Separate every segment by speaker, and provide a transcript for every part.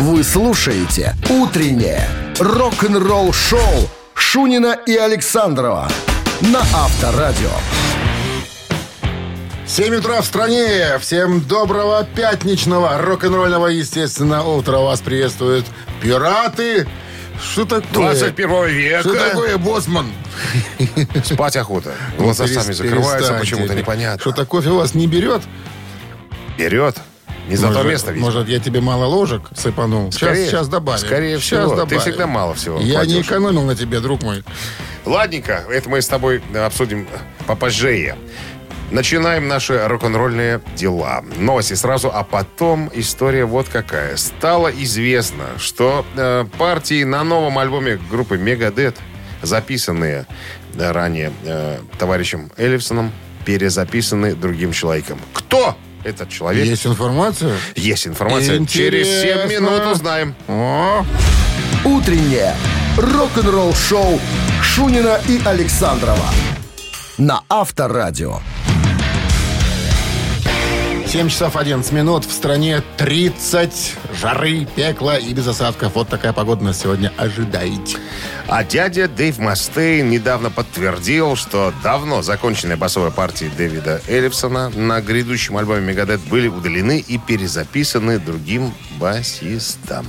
Speaker 1: Вы слушаете «Утреннее рок-н-ролл-шоу» Шунина и Александрова на Авторадио.
Speaker 2: 7 утра в стране. Всем доброго пятничного рок-н-ролльного, естественно, утра. Вас приветствуют пираты. Что такое?
Speaker 3: 21
Speaker 2: Что
Speaker 3: века.
Speaker 2: такое, Босман?
Speaker 3: Спать охота. Глаза сами
Speaker 2: Перестаньте.
Speaker 3: закрываются, почему-то непонятно.
Speaker 2: Что-то кофе вас не берет?
Speaker 3: Вперед. Не за то
Speaker 2: Может,
Speaker 3: место, видимо.
Speaker 2: Может, я тебе мало ложек сыпанул? Сейчас,
Speaker 3: Скорее-
Speaker 2: сейчас добавим.
Speaker 3: скорее
Speaker 2: Щас
Speaker 3: всего. Ты
Speaker 2: добавим.
Speaker 3: всегда мало всего
Speaker 2: Я не
Speaker 3: кладешь.
Speaker 2: экономил на тебе, друг мой.
Speaker 3: Ладненько, это мы с тобой э, обсудим попозже. Начинаем наши рок-н-ролльные дела. Новости сразу, а потом история вот какая. Стало известно, что э, партии на новом альбоме группы Мегадет, записанные э, ранее э, товарищем Эллифсоном, перезаписаны другим человеком. Кто этот человек? Есть,
Speaker 2: Есть информация?
Speaker 3: информация. Через 7
Speaker 2: Интересно.
Speaker 3: минут узнаем.
Speaker 2: О,
Speaker 1: «Утреннее рок-н-ролл-шоу» Шунина и Александрова на Авторадио.
Speaker 2: 7 часов 11 минут. В стране 30 жары, пекла и без осадков. Вот такая погода нас сегодня ожидает.
Speaker 3: А дядя Дэйв Мастейн недавно подтвердил, что давно законченные басовые партии Дэвида Эллипсона на грядущем альбоме «Мегадет» были удалены и перезаписаны другим басистом.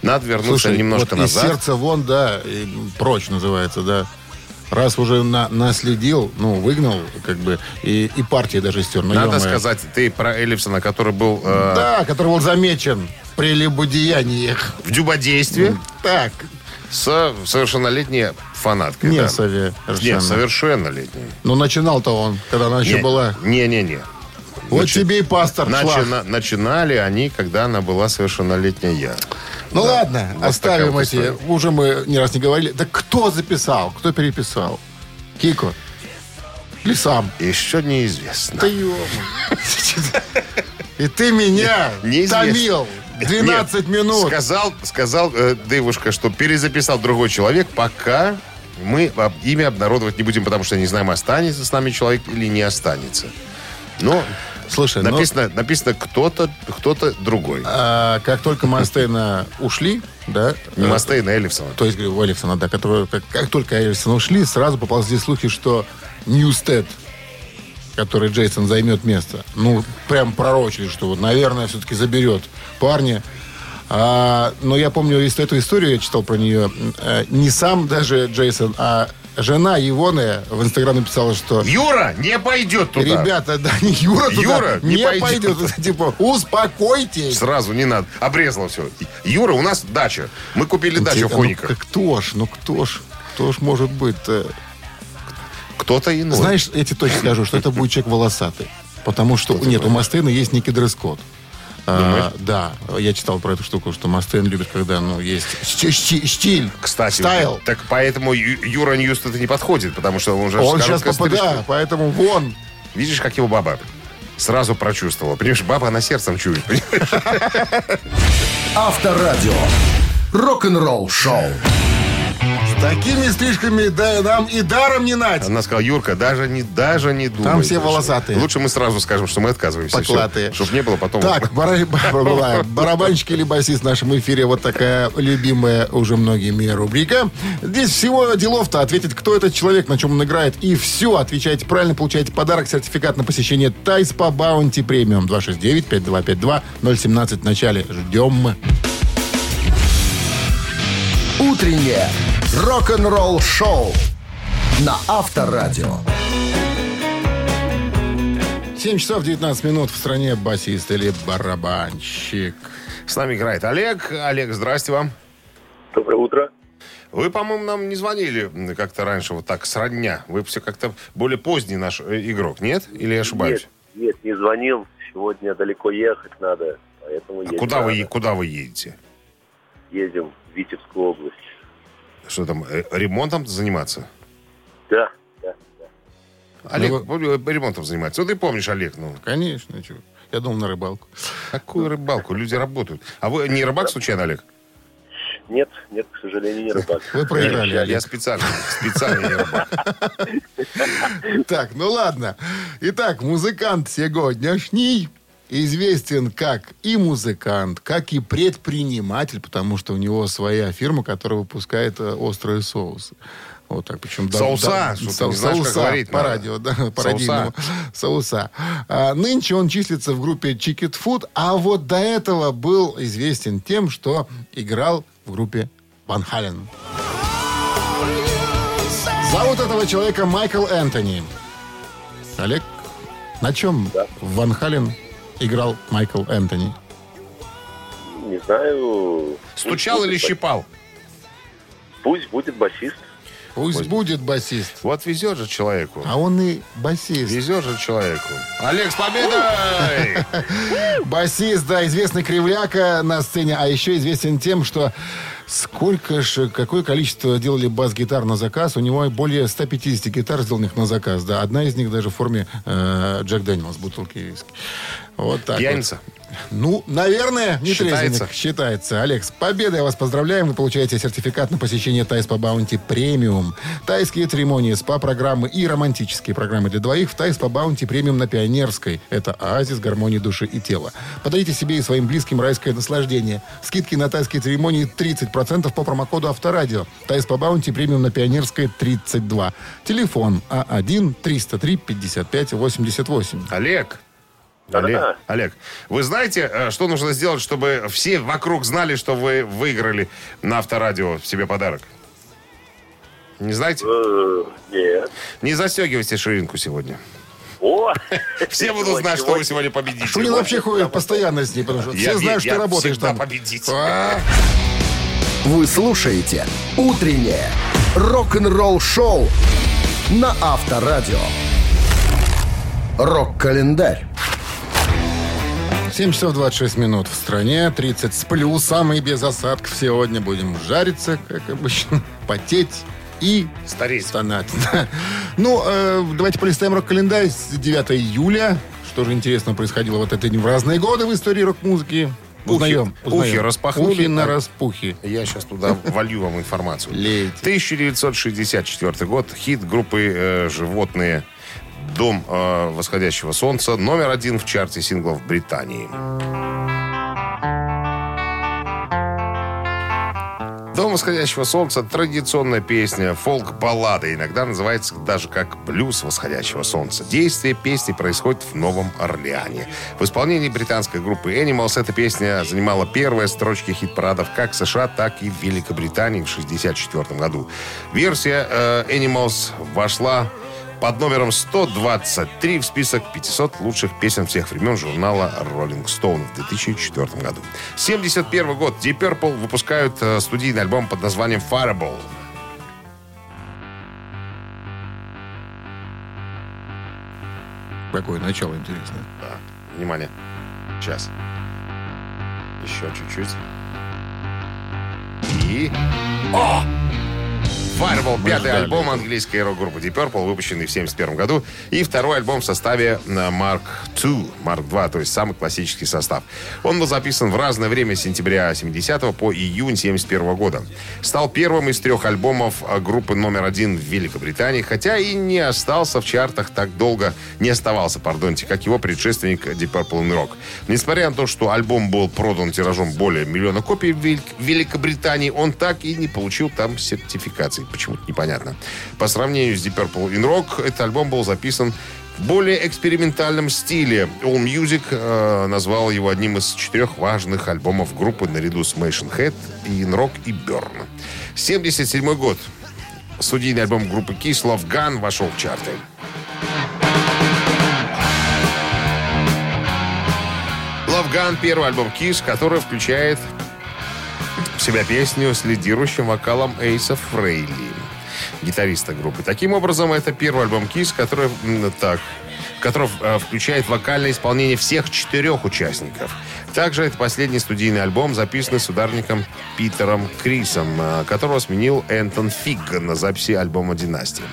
Speaker 3: Надо вернуться Ну, немножко
Speaker 2: вот из
Speaker 3: назад.
Speaker 2: сердца вон, да, и прочь называется, да. Раз уже на, наследил, ну, выгнал, как бы, и, и партии даже стер. Ну,
Speaker 3: Надо
Speaker 2: е-мое.
Speaker 3: сказать, ты про Эллипсона, который был э,
Speaker 2: Да, который был замечен при лебудеяниях.
Speaker 3: в дюбодействе
Speaker 2: Так,
Speaker 3: с э, совершеннолетней фанаткой.
Speaker 2: не
Speaker 3: да.
Speaker 2: Сови,
Speaker 3: Нет,
Speaker 2: совершенно.
Speaker 3: совершеннолетней.
Speaker 2: Но начинал-то он, когда она еще
Speaker 3: Не,
Speaker 2: была.
Speaker 3: Не-не-не.
Speaker 2: Вот
Speaker 3: Начи-
Speaker 2: тебе и пастор шлах.
Speaker 3: начина- Начинали они, когда она была совершеннолетняя.
Speaker 2: Ну ладно,
Speaker 3: вот
Speaker 2: оставим
Speaker 3: такая вот
Speaker 2: эти.
Speaker 3: история.
Speaker 2: Уже мы не раз не говорили. Да кто записал, кто переписал? Кико? Или сам?
Speaker 3: Еще неизвестно.
Speaker 2: Да ё-моё. И ты меня
Speaker 3: Неизвестно.
Speaker 2: томил 12
Speaker 3: Нет,
Speaker 2: минут.
Speaker 3: Сказал, сказал э, девушка, что перезаписал другой человек, пока мы об- имя обнародовать не будем, потому что не знаем, останется с нами человек или не останется. Но
Speaker 2: Слушай, ну,
Speaker 3: написано, написано кто-то, кто-то другой.
Speaker 2: а, как только Мастейна ушли, да,
Speaker 3: Не
Speaker 2: э,
Speaker 3: Мастейна, а Эллифсона.
Speaker 2: то есть, говорю, у Эллисона, да, которую, как, как только Эллисон ушли, сразу поползли слухи, что Ньюстед, который Джейсон займет место, ну, прям пророчили, что вот, наверное, все-таки заберет парня. А, но я помню из- эту историю, я читал про нее, э, не сам даже Джейсон, а жена Егоная в Инстаграм написала, что...
Speaker 3: Юра не пойдет туда.
Speaker 2: Ребята, да, не Юра, туда
Speaker 3: Юра не
Speaker 2: не,
Speaker 3: пойдет.
Speaker 2: пойдет. Типа, успокойтесь.
Speaker 3: Сразу не надо. Обрезал все. Юра, у нас дача. Мы купили дачу в
Speaker 2: Ну,
Speaker 3: Хониках.
Speaker 2: кто ж, ну кто ж, кто ж может быть-то?
Speaker 3: Кто-то иной.
Speaker 2: Знаешь, я тебе точно скажу, что это будет человек волосатый. Потому что, нет, у Мастейна есть некий дресс-код. А, да, я читал про эту штуку, что Мастейн любит, когда, ну, есть щ- щ- стиль,
Speaker 3: Кстати,
Speaker 2: стайл.
Speaker 3: так поэтому Ю- Юра Ньюст это не подходит, потому что он уже
Speaker 2: Он
Speaker 3: с
Speaker 2: сейчас
Speaker 3: короткой
Speaker 2: попадает, поэтому вон.
Speaker 3: Видишь, как его баба сразу прочувствовала. Понимаешь, баба она сердцем чует. понимаешь?
Speaker 1: Авторадио. Рок-н-ролл-шоу.
Speaker 2: С такими стрижками да, нам и даром не нать.
Speaker 3: Она сказала, Юрка, даже не, даже не думай.
Speaker 2: все
Speaker 3: Лучше-
Speaker 2: волосатые.
Speaker 3: Лучше мы сразу скажем, что мы отказываемся.
Speaker 2: Поклатые.
Speaker 3: Чтобы не было потом...
Speaker 2: Так, бара- бара- барабанщик или басист в нашем эфире. Вот такая любимая уже многими рубрика. Здесь всего делов-то ответить, кто этот человек, на чем он играет. И все, отвечайте правильно, получаете подарок, сертификат на посещение Тайс по Баунти Премиум. 269-5252-017 в начале. Ждем.
Speaker 1: «Утреннее рок-н-ролл-шоу» на Авторадио.
Speaker 2: 7 часов 19 минут в стране басист или барабанщик.
Speaker 3: С нами играет Олег. Олег, здрасте вам.
Speaker 4: Доброе утро.
Speaker 3: Вы, по-моему, нам не звонили как-то раньше, вот так, сродня. Вы все как-то более поздний наш э, игрок, нет? Или я ошибаюсь?
Speaker 4: Нет, нет, не звонил. Сегодня далеко ехать надо, поэтому
Speaker 3: А
Speaker 4: ездим.
Speaker 3: куда, вы, е- куда вы едете?
Speaker 4: Ездим в Витебскую область.
Speaker 3: Что там, э, ремонтом заниматься?
Speaker 4: Да, да, да.
Speaker 2: Ну,
Speaker 3: Олег э, ремонтом занимается. Вот ты помнишь, Олег, ну,
Speaker 2: Конечно, чё. Я думал на рыбалку.
Speaker 3: какую рыбалку? Люди работают. А вы не рыбак случайно, Олег?
Speaker 4: Нет, нет, к сожалению, не рыбак.
Speaker 2: Вы проиграли,
Speaker 3: Я,
Speaker 2: Олег.
Speaker 3: я специально, специально не рыбак.
Speaker 2: Так, ну ладно. Итак, музыкант сегодняшний известен как и музыкант, как и предприниматель, потому что у него своя фирма, которая выпускает э, острые соусы. Вот так, причем да-
Speaker 3: Соуса,
Speaker 2: да,
Speaker 3: что ты
Speaker 2: со-
Speaker 3: не знаешь, как
Speaker 2: соуса
Speaker 3: говорить
Speaker 2: по
Speaker 3: надо.
Speaker 2: радио, да, по радийному. соуса. А, нынче он числится в группе Chicket Food, а вот до этого был известен тем, что играл в группе Ван Хален. Зовут этого человека Майкл Энтони. Олег, на чем в Ван Хален играл Майкл Энтони?
Speaker 4: Не знаю.
Speaker 3: Стучал
Speaker 4: Пусть
Speaker 3: или
Speaker 4: будет
Speaker 3: щипал?
Speaker 4: бас- Пусть будет басист.
Speaker 2: Пусть будет басист.
Speaker 3: Вот везет же человеку.
Speaker 2: А он и басист.
Speaker 3: Везет же человеку. Олег, с победой!
Speaker 2: Басист, да, известный кривляка на сцене, а еще известен тем, что сколько же, какое количество делали бас-гитар на заказ. У него более 150 гитар, сделанных на заказ, да. Одна из них даже в форме э, Джек Дэниелс, бутылки виски. Вот так вот.
Speaker 3: Пьяница.
Speaker 2: Ну, наверное, не
Speaker 3: Считается?
Speaker 2: трезвенник. Считается. Олег, с победой вас поздравляем. Вы получаете сертификат на посещение Тайс по Баунти Премиум. Тайские церемонии, СПА-программы и романтические программы для двоих в Тайс по Баунти Премиум на Пионерской. Это оазис гармонии души и тела. Подарите себе и своим близким райское наслаждение. Скидки на тайские церемонии 30% по промокоду Авторадио. Тайс по Баунти Премиум на Пионерской 32. Телефон А А1-303-55-88.
Speaker 3: Олег.
Speaker 4: Да-да-да.
Speaker 3: Олег, Олег, вы знаете, э, что нужно сделать, чтобы все вокруг знали, что вы выиграли на авторадио себе подарок? Не знаете?
Speaker 4: Э, Нет.
Speaker 3: Не застегивайте ширинку сегодня.
Speaker 4: О!
Speaker 3: Все будут знать, что вы сегодня победите.
Speaker 2: Шунин А вообще ходит постоянно с ней, потому что
Speaker 3: Я-
Speaker 2: все знают,
Speaker 3: я-
Speaker 2: что ты
Speaker 3: я
Speaker 2: работаешь
Speaker 3: всегда
Speaker 2: там.
Speaker 3: победитель.
Speaker 2: А,
Speaker 1: Вы слушаете «Утреннее рок-н-ролл-шоу» на Авторадио. Рок-календарь.
Speaker 2: 7 часов 26 минут в стране, 30 с плюсом и без осадков. Сегодня будем жариться, как обычно, потеть и
Speaker 3: Стареть.
Speaker 2: стонать. Да. Ну, э, давайте полистаем рок-календарь с 9 июля. Что же интересно происходило вот это в разные годы в истории рок-музыки.
Speaker 3: Пухи-
Speaker 2: Узнаем.
Speaker 3: пухи
Speaker 2: узнаем.
Speaker 3: распахнули.
Speaker 2: Пухи на
Speaker 3: Так.
Speaker 2: распухи.
Speaker 3: Я сейчас туда волью вам информацию.
Speaker 2: Лейте.
Speaker 3: 1964 год. Хит группы э, «Животные». Дом э, восходящего солнца. Номер один в чарте синглов Британии. Дом восходящего солнца традиционная песня, фолк-баллада, иногда называется даже как блюз восходящего солнца. Действие песни происходит в Новом Орлеане. В исполнении британской группы Animals эта песня занимала первые строчки хит-парадов как в США, так и в Великобритании в 1964 году. Версия э, Animals вошла под номером 123 в список 500 лучших песен всех времен журнала Rolling Stone в 2004 году. 71 год Deep Purple выпускают э, студийный альбом под названием Fireball.
Speaker 2: Какое начало интересное.
Speaker 3: Да, внимание. Сейчас. Еще чуть-чуть. И... О! Fireball, пятый
Speaker 2: ждали.
Speaker 3: альбом английской рок-группы Deep Purple, выпущенный в 71 году. И второй альбом в составе э, Mark II, Mark II, то есть самый классический состав. Он был записан в разное время с сентября 70 по июнь 71 года. Стал первым из трех альбомов э, группы номер один в Великобритании, хотя и не остался в чартах так долго, не оставался, пардонте, как его предшественник Deep Purple in Rock. Несмотря на то, что альбом был продан тиражом более миллиона копий в Велик- Великобритании, он так и не получил там сертификации. Почему-то непонятно. По сравнению с Deep Purple in Rock, этот альбом был записан в более экспериментальном стиле. All Music э, назвал его одним из четырех важных альбомов группы наряду с Mation Head, In Rock и Burn. 77 год. Студийный альбом группы Kiss Love Gun вошел в чарты. Love Gun — первый альбом Kiss, который включает в себя песню с лидирующим вокалом Эйса Фрейли, гитариста группы. Таким образом, это первый альбом Kiss, который, м, так, который э, включает вокальное исполнение всех четырех участников. Также это последний студийный альбом, записанный с ударником Питером Крисом, э, которого сменил Энтон Фиг на записи альбома «Династия».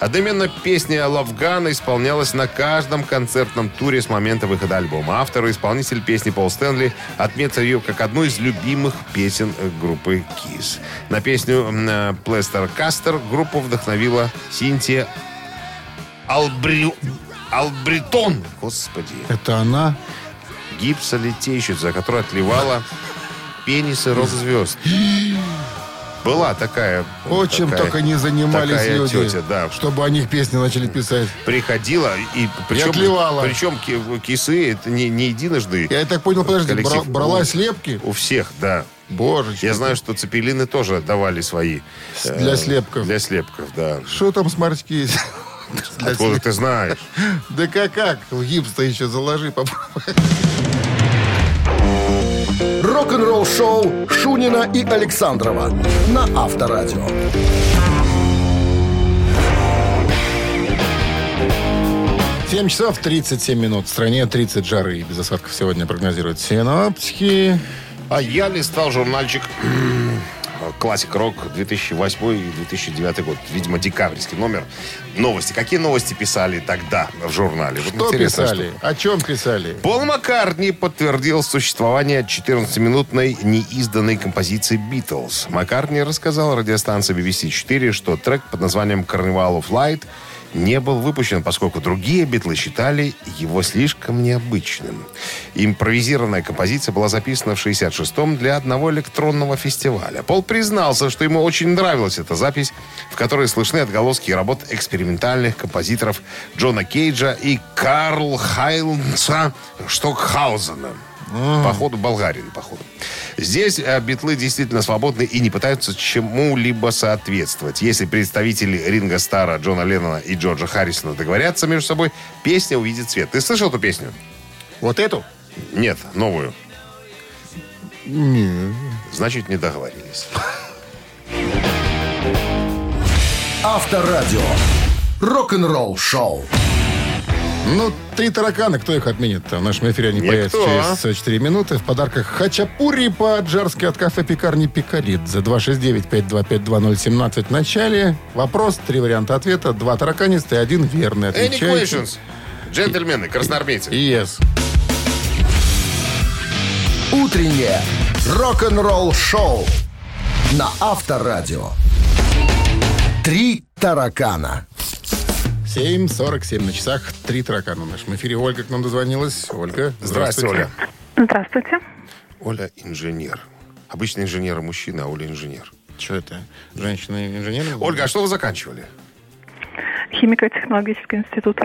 Speaker 3: Одновременно песня «Love Gun» исполнялась на каждом концертном туре с момента выхода альбома. Автор и исполнитель песни Пол Стэнли отметил ее как одну из любимых песен э, группы Kiss. На песню «Плестер Кастер» группу вдохновила Синтия Албри... Албритон. Господи.
Speaker 2: Это она
Speaker 3: гипсолитейщица, которая отливала пенисы рок-звезд. Была такая.
Speaker 2: О, чем
Speaker 3: такая-
Speaker 2: только не занимались
Speaker 3: такая
Speaker 2: люди,
Speaker 3: тетя, да.
Speaker 2: чтобы о них песни начали писать.
Speaker 3: Приходила и причем,
Speaker 2: отливала.
Speaker 3: причем ки- кисы это не, не единожды.
Speaker 2: Я так понял, подожди, бра-
Speaker 3: Коллектив.
Speaker 2: брала слепки?
Speaker 3: У всех, да.
Speaker 2: Боже,
Speaker 3: Я знаю, что цепелины тоже давали свои. э,
Speaker 2: Для слепков.
Speaker 3: Для слепков, да.
Speaker 2: что там сморчки есть? Для
Speaker 3: Откуда ты знаешь?
Speaker 2: Да как, как? Гипс-то еще заложи, попробуй.
Speaker 1: Рок-н-ролл-шоу Шунина и Александрова на Авторадио.
Speaker 2: 7 часов 37 минут. В стране 30 жары и без осадков сегодня прогнозируют синоптики.
Speaker 3: А я листал журнальчик м, «Классик Рок» 2008 и 2009 год. Видимо, декабрьский номер. Новости. Какие новости писали тогда в журнале? Вот
Speaker 2: Что
Speaker 3: интересно,
Speaker 2: писали? О чем писали?
Speaker 3: Пол Маккартни подтвердил существование 14-минутной неизданной композиции «Битлз». Маккартни рассказал радиостанции BBC 4, что трек под названием «Carnival of Light» не был выпущен, поскольку другие «Битлы» считали его слишком необычным. Импровизированная композиция была записана в 66-м для одного электронного фестиваля. Пол признался, что ему очень нравилась эта запись, в которой слышны отголоски работ экспериментальных композиторов Джона Кейджа и Карл Хайнца Штокхаузена.
Speaker 2: А.
Speaker 3: Походу, болгарин, походу. Здесь э, битлы действительно свободны и не пытаются чему-либо соответствовать. Если представители Ринга Стара, Джона Леннона и Джорджа Харрисона договорятся между собой, песня увидит свет. Ты слышал эту песню?
Speaker 2: Вот эту?
Speaker 3: Нет, новую. Значит, не договорились.
Speaker 1: Авторадио. Рок-н-ролл-шоу.
Speaker 2: Ну, три таракана, кто их отменит? В нашем эфире они
Speaker 3: Никто.
Speaker 2: появятся через э, 4 минуты. В подарках хачапури по-аджарски от кафе-пекарни «Пикарит» за 269-525-2017 в начале. Вопрос, три варианта ответа, два тараканиста и один верный.
Speaker 3: Any
Speaker 2: Отвечайте.
Speaker 3: questions? Джентльмены, красноармейцы.
Speaker 2: Yes.
Speaker 1: Утреннее рок-н-ролл-шоу на Авторадио. Три таракана.
Speaker 2: 7.47 на часах, три таракана в нашем эфире. Ольга к нам дозвонилась. Ольга,
Speaker 3: Здравствуйте, Оля.
Speaker 5: Здравствуйте.
Speaker 3: Оля инженер. Обычно инженер мужчина, а Оля инженер.
Speaker 2: Что это? Женщина-инженер?
Speaker 3: Ольга, а что вы заканчивали?
Speaker 5: Химико-технологический институт.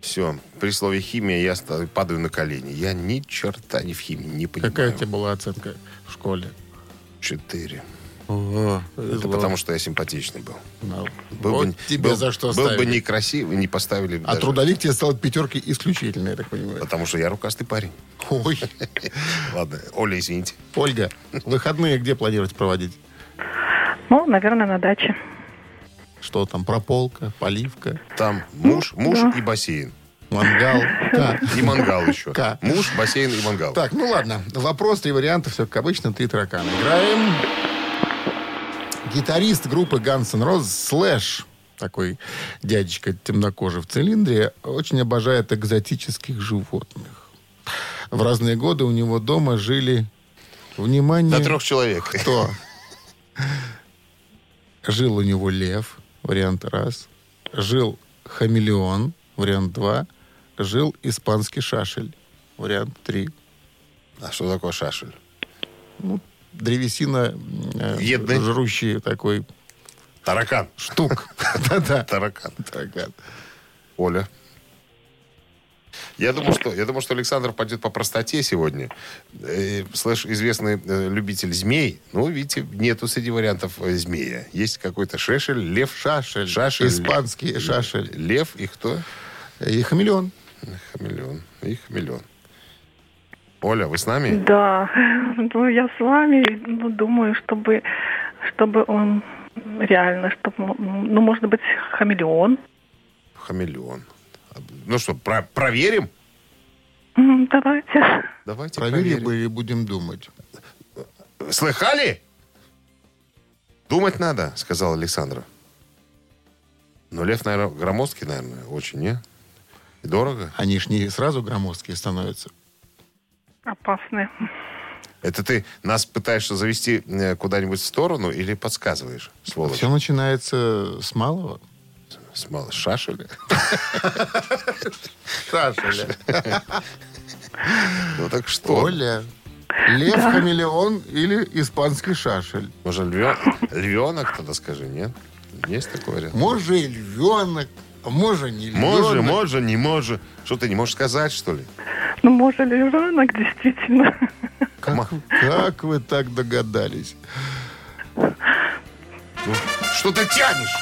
Speaker 3: Все, при слове химия я ста- падаю на колени. Я ни черта ни в химии не понимаю.
Speaker 2: Какая у тебя была оценка в школе?
Speaker 3: Четыре. Это
Speaker 2: Повезло.
Speaker 3: потому, что я симпатичный был.
Speaker 2: Ну,
Speaker 3: Был
Speaker 2: вот
Speaker 3: бы,
Speaker 2: тебе
Speaker 3: был-
Speaker 2: за что
Speaker 3: Был бы
Speaker 2: ставили.
Speaker 3: некрасивый, не поставили бы
Speaker 2: А
Speaker 3: даже.
Speaker 2: трудовик тебе стал пятеркой исключительно, я так понимаю.
Speaker 3: Потому что я рукастый парень.
Speaker 2: Ой.
Speaker 3: Ладно, Оля, извините.
Speaker 2: Ольга, выходные где планируете проводить?
Speaker 5: Ну, наверное, на даче.
Speaker 2: Что там, прополка, поливка,
Speaker 3: Там муж, муж и бассейн.
Speaker 2: мангал? Ка.
Speaker 3: И мангал еще.
Speaker 2: Ка.
Speaker 3: Муж, бассейн и мангал.
Speaker 2: Так, ну ладно. Вопрос, три варианта, все как обычно, три таракана. Играем. Гитарист группы Guns N' Roses, Слэш, такой дядечка темнокожий в цилиндре, очень обожает экзотических животных. В разные годы у него дома жили... Внимание...
Speaker 3: До трех человек.
Speaker 2: Кто? Жил у него лев, вариант раз. Жил хамелеон, вариант два. Жил испанский шашель, вариант три.
Speaker 3: А что такое шашель?
Speaker 2: Древесина, э,
Speaker 3: Едный.
Speaker 2: жрущий такой
Speaker 3: Таракан.
Speaker 2: штук. Да-да.
Speaker 3: Таракан.
Speaker 2: Таракан.
Speaker 3: Оля. Я думаю, что, я думаю, что Александр пойдет по простоте сегодня. Э, слэш, известный э, любитель змей. Ну, видите, нету среди вариантов э, змея. Есть какой-то шешель, лев, шашель. Шашель.
Speaker 2: Испанский шашель.
Speaker 3: Лев и кто?
Speaker 2: И хамелеон.
Speaker 3: Хамелеон. И хамелеон. Оля, вы с нами?
Speaker 5: Да, ну я с вами ну, думаю, чтобы, чтобы он реально, чтобы, м, ну, может быть, хамелеон.
Speaker 3: Хамелеон. Ну что, про- проверим?
Speaker 5: М, Давайте.
Speaker 3: Давайте
Speaker 2: Проверим бы и будем думать.
Speaker 3: Слыхали? Думать надо, сказал Александра. Но лев, наверное, громоздкий, наверное, очень, не? И дорого.
Speaker 2: Они ж не сразу громоздкие становятся.
Speaker 5: Опасные.
Speaker 3: Это ты нас пытаешься завести э, куда-нибудь в сторону или подсказываешь, сволочь?
Speaker 2: Все начинается с малого.
Speaker 3: С мал- шашеля?
Speaker 2: Шашеля.
Speaker 3: Ну так что?
Speaker 2: Оля. Лев, хамелеон или испанский шашель?
Speaker 3: Может, льве- львенок тогда скажи, нет? Есть такой вариант?
Speaker 2: Може и львенок, а може не львенок.
Speaker 3: Може, може, не може. Что, ты не можешь сказать, что ли?
Speaker 5: Ну, может, львенок, действительно.
Speaker 2: Как,
Speaker 3: ну,
Speaker 2: как вы так догадались?
Speaker 3: Что ты тянешь?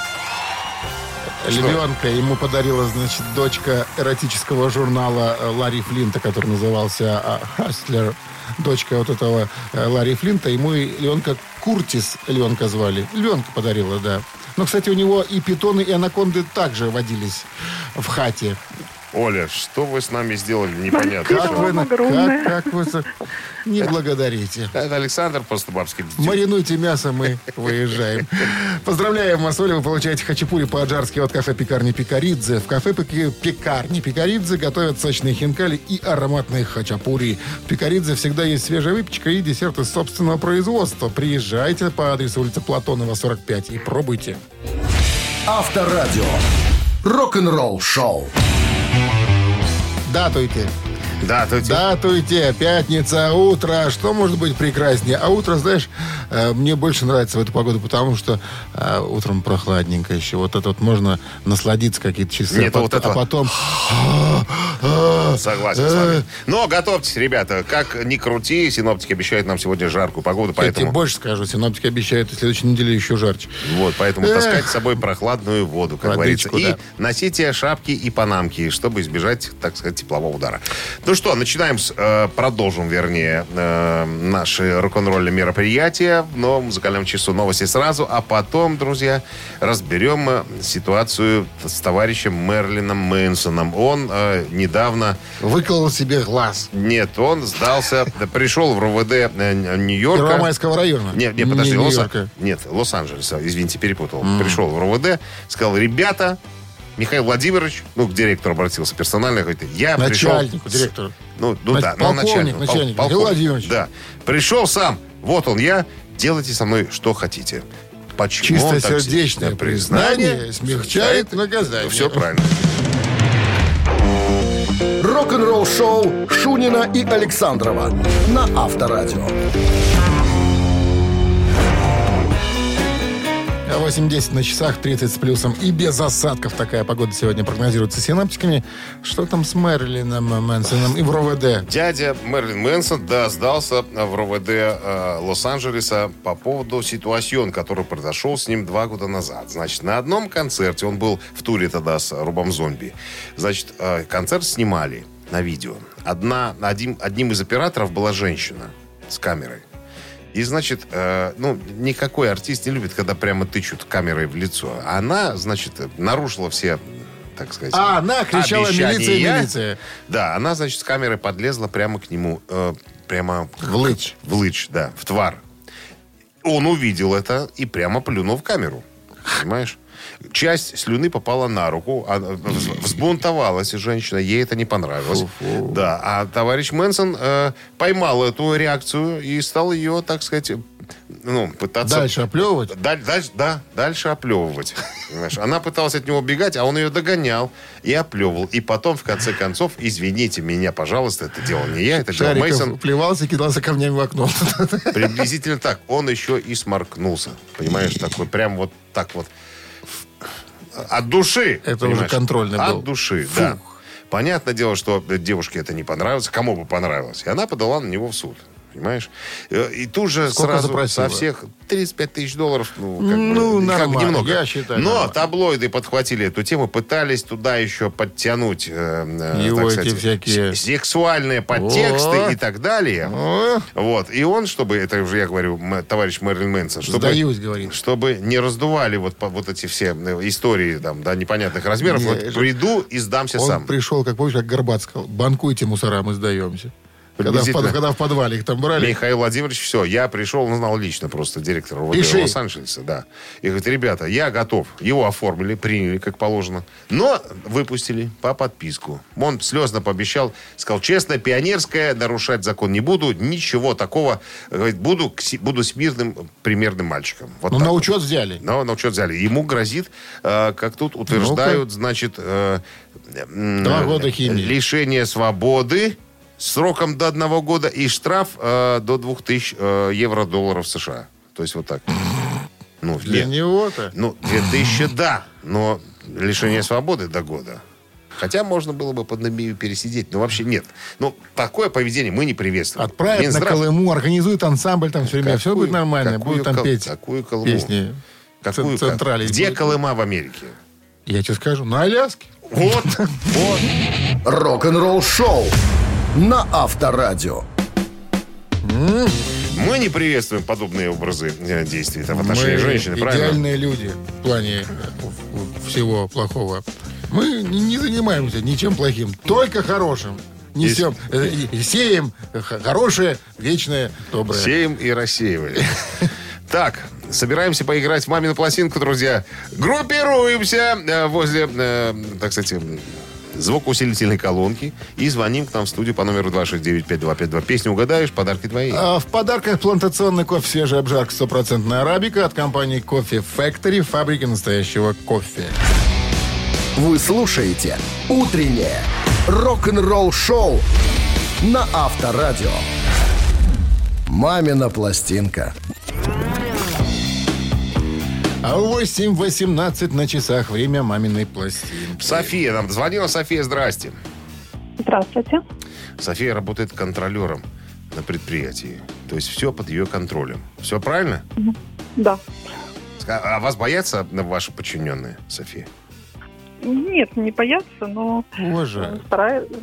Speaker 2: Львенка ему подарила, значит, дочка эротического журнала э, Ларри Флинта, который назывался а, «Хастлер». Дочка вот этого э, Ларри Флинта. Ему и львенка Куртис львенка звали. Львенка подарила, да. Но, кстати, у него и питоны, и анаконды также водились в хате.
Speaker 3: Оля, что вы с нами сделали, непонятно.
Speaker 5: Спасибо.
Speaker 2: Как
Speaker 3: что.
Speaker 2: вы, на-
Speaker 5: огромное.
Speaker 2: как, как вы за- не благодарите.
Speaker 3: Это Александр Постубабский.
Speaker 2: Маринуйте мясо, мы выезжаем. Поздравляем вас, Оля. Вы получаете хачапури по-аджарски от кафе «Пекарни Пикаридзе». В кафе «Пек- «Пекарни Пикаридзе» готовят сочные хинкали и ароматные хачапури. В «Пикаридзе» всегда есть свежая выпечка и десерты собственного производства. Приезжайте по адресу улица Платонова, 45 и пробуйте.
Speaker 1: Авторадио. Рок-н-ролл шоу.
Speaker 2: Датуйте.
Speaker 3: Да, тут
Speaker 2: Датуйте, пятница, утро. Что может быть прекраснее? А утро, знаешь, э, мне больше нравится в эту погоду, потому что э, утром прохладненько еще. Вот это вот можно насладиться какие-то часы.
Speaker 3: Нет,
Speaker 2: а,
Speaker 3: вот
Speaker 2: пот-
Speaker 3: этого.
Speaker 2: а потом...
Speaker 3: Согласен с вами. Но готовьтесь, ребята. Как ни крути, синоптики обещают нам сегодня жаркую погоду,
Speaker 2: Я тебе
Speaker 3: поэтому...
Speaker 2: больше скажу, синоптики обещают, в следующей неделе еще жарче.
Speaker 3: Вот, поэтому
Speaker 2: Эх.
Speaker 3: таскать с собой прохладную воду, как
Speaker 2: Водичку,
Speaker 3: говорится. И
Speaker 2: да.
Speaker 3: носите шапки и панамки, чтобы избежать, так сказать, теплового удара. Ну что, начинаем с... э, продолжим, вернее, э, наши рок-н-ролльные мероприятия в новом музыкальном часу. Новости сразу, а потом, друзья, разберем э, ситуацию с товарищем Мерлином Мэнсоном. Он э, недавно...
Speaker 2: Выколол себе глаз.
Speaker 3: Нет, он сдался, да, пришел в РУВД э, н- Нью-Йорка.
Speaker 2: Первомайского района.
Speaker 3: Нет, нет, подожди,
Speaker 2: Не
Speaker 3: Лос...
Speaker 2: Нью-Йорка.
Speaker 3: Нет, Лос-Анджелеса, извините, перепутал. Пришел в РУВД, сказал, ребята, Михаил Владимирович, ну, к директору обратился персонально, говорит, я
Speaker 2: Начальнику,
Speaker 3: пришел... с-
Speaker 2: директору.
Speaker 3: Ну, ну
Speaker 2: Нач-
Speaker 3: да, ну,
Speaker 2: полковник,
Speaker 3: начальнику, пол-
Speaker 2: начальник, Михаил
Speaker 3: полковник,
Speaker 2: Владимирович.
Speaker 3: Да, пришел сам, вот он я, делайте со мной что хотите. Почему он так
Speaker 2: Чистосердечное
Speaker 3: сильно-
Speaker 2: признание смягчает наказание.
Speaker 3: Все правильно.
Speaker 1: Рок-н-ролл шоу Шунина и Александрова на Авторадио.
Speaker 2: 8.10 А на часах, 30 с плюсом. И без осадков такая погода сегодня прогнозируется синаптиками. Что там с Мерлином э, Мэнсоном и в РОВД?
Speaker 3: Дядя Мерлин Мэнсон, да, сдался в РОВД э, Лос-Анджелеса по поводу ситуацион, который произошел с ним два года назад. Значит, на одном концерте, он был в туре тогда с Рубом Зомби, значит, э, концерт снимали на видео. Одна, один, одним из операторов была женщина с камерой. И, значит, э, ну, никакой артист не любит, когда прямо тычут камерой в лицо. Она, значит, э, нарушила все, так сказать...
Speaker 2: А, она кричала
Speaker 3: обещания.
Speaker 2: «Милиция, милиция».
Speaker 3: Да, она, значит, с камеры подлезла прямо к нему, э, прямо...
Speaker 2: В лыч.
Speaker 3: В лыч, да, в твар. Он увидел это и прямо плюнул в камеру. Понимаешь? Часть слюны попала на руку, она вз- взбунтовалась женщина, ей это не понравилось. Да, а товарищ Мэнсон э, поймал эту реакцию и стал ее, так сказать, ну, пытаться...
Speaker 2: Дальше оплевывать?
Speaker 3: Даль- дальше, да, дальше оплевывать. Понимаешь? Она пыталась от него убегать, а он ее догонял и оплевывал. И потом, в конце концов, извините меня, пожалуйста, это дело не я, это дело
Speaker 2: Шариков
Speaker 3: Мейсон.
Speaker 2: плевался и кидался камнями в окно.
Speaker 3: Приблизительно так. Он еще и сморкнулся. Понимаешь, такой прям вот так вот. От души.
Speaker 2: Это уже контрольный
Speaker 3: От
Speaker 2: был.
Speaker 3: души,
Speaker 2: Фух.
Speaker 3: да. Понятное дело, что девушке это не понравилось. Кому бы понравилось? И она подала на него в суд. Понимаешь? Э, И тут же
Speaker 2: Сколько
Speaker 3: сразу со
Speaker 2: запросила?
Speaker 3: всех 35 тысяч долларов. Ну, как бы,
Speaker 2: Ну,
Speaker 3: как бы
Speaker 2: нормально,
Speaker 3: немного.
Speaker 2: я считаю,
Speaker 3: Но
Speaker 2: нормально.
Speaker 3: таблоиды подхватили эту тему, пытались туда еще подтянуть э, э,
Speaker 2: Его
Speaker 3: так
Speaker 2: эти
Speaker 3: сказать,
Speaker 2: всякие-
Speaker 3: с- сексуальные подтексты
Speaker 2: О!
Speaker 3: и так далее.
Speaker 2: О,
Speaker 3: Вот. И он, чтобы, это уже я говорю, м- товарищ Мэрилин Мэнсон, чтобы,
Speaker 2: Сдаюсь, говорит.
Speaker 3: чтобы не раздували вот, по- вот эти все э, истории там, да, непонятных размеров,
Speaker 2: Не,
Speaker 3: вот
Speaker 2: это-
Speaker 3: приду и сдамся
Speaker 2: Он
Speaker 3: сам.
Speaker 2: пришел, как помнишь, как Горбат сказал, банкуйте мусора, мы сдаемся. Когда в, под-
Speaker 3: Приблизительно.
Speaker 2: когда в подвале их там брали.
Speaker 3: Михаил Владимирович, все, я пришел, узнал лично просто директора РУВД
Speaker 2: Пиши.
Speaker 3: Лос-Анджелеса, да. И говорит, ребята, я готов. Его оформили, приняли, как положено. Но выпустили по подписку. Он слезно пообещал, сказал, честно, пионерское, нарушать закон не буду, ничего такого. Говорит, буду, к си- буду смирным, примерным мальчиком. Вот
Speaker 2: Ну,
Speaker 3: так
Speaker 2: на
Speaker 3: вот.
Speaker 2: учет взяли.
Speaker 3: Но на учет взяли. Ему грозит, э, как тут утверждают, значит... э, м,
Speaker 2: Два года химии.
Speaker 3: Лишение свободы сроком до одного года и штраф э, до 2000 э, евро-долларов США. То есть вот так. Ну,
Speaker 2: Для
Speaker 3: нет.
Speaker 2: него-то.
Speaker 3: Ну, 2000, да, но лишение свободы до года. Хотя можно было бы пандемию пересидеть, но вообще нет. Ну, такое поведение мы не приветствуем.
Speaker 2: Отправят на
Speaker 3: Минздрав-
Speaker 2: Колыму, организует ансамбль там все время. Все
Speaker 3: Какую-
Speaker 2: будет нормально.
Speaker 3: какую
Speaker 2: Будут там
Speaker 3: Кол-
Speaker 2: петь
Speaker 3: какую Колыму?
Speaker 2: песни.
Speaker 3: Какую-
Speaker 2: Цен- централи.
Speaker 3: Где
Speaker 2: Будет-
Speaker 3: Колыма в Америке?
Speaker 2: Я тебе скажу, на Аляске.
Speaker 3: Вот, вот.
Speaker 1: Рок-н-ролл шоу на Авторадио.
Speaker 3: Мы не приветствуем подобные образы э, действий там, в отношении
Speaker 2: А Мы
Speaker 3: женщины, правильно?
Speaker 2: идеальные люди в плане э, в- в- всего плохого. Мы не не занимаемся ничем плохим, только хорошим. Несем, э, и- и сеем х- хорошее, вечное, доброе.
Speaker 3: Сеем и рассеивали. Так, собираемся поиграть в «Мамину пластинку», друзья. Группируемся э, возле, э, так сказать, м, звукоусилительной колонки и звоним к нам в студию по номеру 269-5252. Песню угадаешь, подарки твои.
Speaker 2: А В подарках плантационный кофе «Свежий обжарка» стопроцентная арабика от компании «Кофе Factory» фабрики настоящего кофе.
Speaker 1: Вы слушаете «Утреннее рок-н-ролл-шоу» на Авторадио. «Мамина пластинка».
Speaker 2: А 8.18 на часах время маминой пластинки.
Speaker 3: София нам звонила. София, здрасте.
Speaker 5: Здравствуйте.
Speaker 3: София работает контролером на предприятии. То есть все под ее контролем. Все правильно?
Speaker 5: Да.
Speaker 3: А а вас боятся ваши подчиненные, София?
Speaker 5: Нет, не боятся, но
Speaker 2: Уважаю.
Speaker 5: стараются,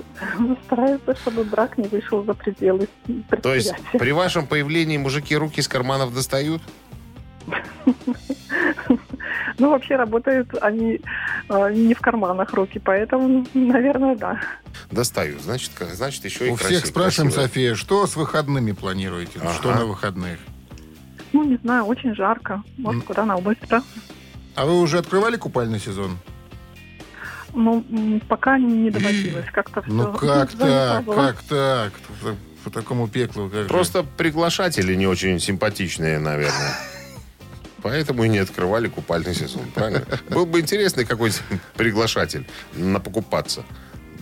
Speaker 5: стараются, чтобы брак не вышел за пределы предприятия.
Speaker 3: То есть при вашем появлении мужики руки из карманов достают?
Speaker 5: Ну, вообще работают они э, не в карманах руки, поэтому, наверное, да.
Speaker 3: Достают. Значит, как- значит еще и
Speaker 2: У всех
Speaker 3: красиво,
Speaker 2: спрашиваем,
Speaker 3: красиво.
Speaker 2: София, что с выходными планируете?
Speaker 3: Ага.
Speaker 2: Что на выходных?
Speaker 5: Ну, не знаю, очень жарко. Может, куда на быстро.
Speaker 2: А вы уже открывали купальный сезон?
Speaker 5: Ну, м, пока не доводилось. Как-то все
Speaker 2: Ну как так? Как так? По такому пеклу. как же.
Speaker 3: Просто приглашатели не очень симпатичные, наверное. Поэтому и не открывали купальный сезон, правильно? Был бы интересный какой-нибудь приглашатель на покупаться.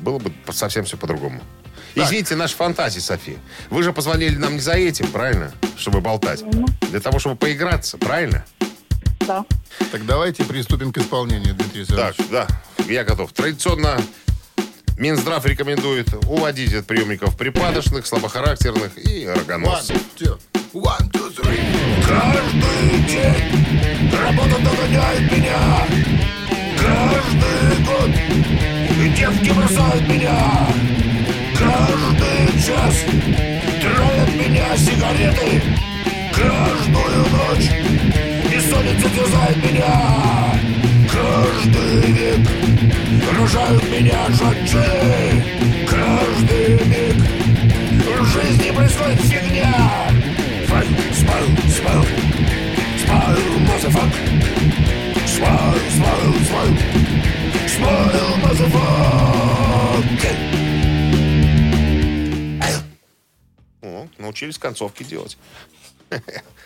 Speaker 3: Было бы по- совсем все по-другому. Извините, наши фантазии, София. Вы же позвонили нам не за этим, правильно? Чтобы болтать. Для того, чтобы поиграться, правильно?
Speaker 5: Да.
Speaker 2: Так давайте приступим к исполнению, Дмитрий
Speaker 3: Так,
Speaker 2: Александрович.
Speaker 3: да, я готов. Традиционно Минздрав рекомендует уводить от приемников припадочных, слабохарактерных и
Speaker 2: One,
Speaker 3: рогоносцев.
Speaker 2: two, one, two, three.
Speaker 6: Каждый день работа догоняет меня. Каждый год девки бросают меня. Каждый час травят меня сигареты. Каждую ночь бессонница терзает меня. Каждый век рожают меня шаджи. Каждый миг в жизни происходит фигня. Файл, смайл, смайл. Смайл, мазафак. Смайл, смайл, смайл. Смайл, мазафак.
Speaker 3: О, научились концовки делать.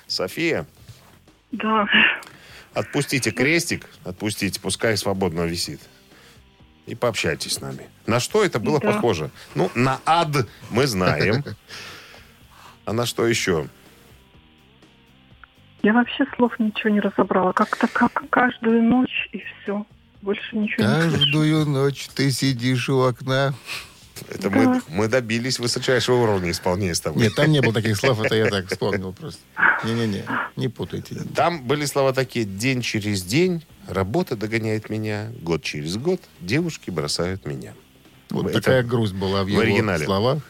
Speaker 3: София,
Speaker 5: Да.
Speaker 3: отпустите крестик, отпустите, пускай свободно висит. И пообщайтесь с нами. На что это было
Speaker 5: Да.
Speaker 3: похоже? Ну, на ад мы знаем. А на что еще?
Speaker 5: Я вообще слов ничего не разобрала. Как-то как каждую ночь и все. Больше ничего не слышу.
Speaker 2: Каждую ночь ты сидишь у окна.
Speaker 3: Это мы, мы добились высочайшего уровня исполнения с тобой.
Speaker 2: Нет, там не было таких слов, это я так вспомнил просто. Не-не-не, не путайте.
Speaker 3: Там были слова такие «день через день», «работа догоняет меня», «год через год», «девушки бросают меня».
Speaker 2: Вот
Speaker 3: Это
Speaker 2: такая грусть была в его
Speaker 3: оригинале.
Speaker 2: словах.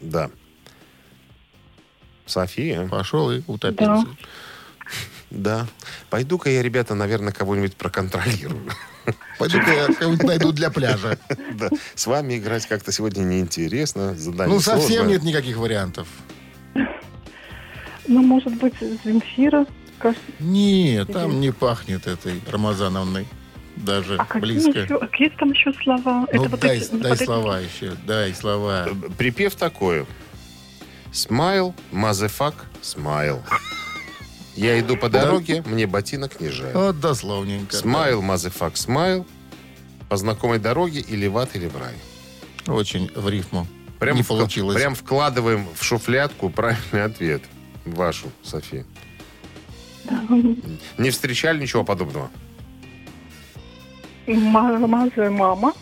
Speaker 3: Да. София?
Speaker 2: Пошел и утопился.
Speaker 3: Да. Пойду-ка я, ребята, наверное, кого-нибудь проконтролирую.
Speaker 2: Пойду-ка я кого-нибудь найду для пляжа.
Speaker 3: Да. С вами играть как-то сегодня неинтересно. Задание
Speaker 2: Ну, совсем
Speaker 3: сложное.
Speaker 2: нет никаких вариантов.
Speaker 5: Ну, может быть, Земфира. Каш-
Speaker 2: Нет, там не пахнет этой Рамазановной. Даже
Speaker 5: А какие
Speaker 2: близко.
Speaker 5: еще? Какие там еще слова?
Speaker 2: Ну,
Speaker 5: вот
Speaker 2: дай,
Speaker 5: эти- вот
Speaker 2: дай
Speaker 5: эти-
Speaker 2: слова еще, дай слова.
Speaker 3: Припев такой. Смайл, мазефак, смайл. Я иду по дороге, мне ботинок не жаль.
Speaker 2: Вот дословненько.
Speaker 3: Смайл, мазефак, смайл. По знакомой дороге или в ад, или в рай.
Speaker 2: Очень в рифму.
Speaker 3: Прям
Speaker 2: не
Speaker 3: вк-
Speaker 2: получилось.
Speaker 3: Прям вкладываем в шуфлятку правильный ответ. Вашу, София. Не встречали ничего подобного?
Speaker 5: Ма- Маза мама.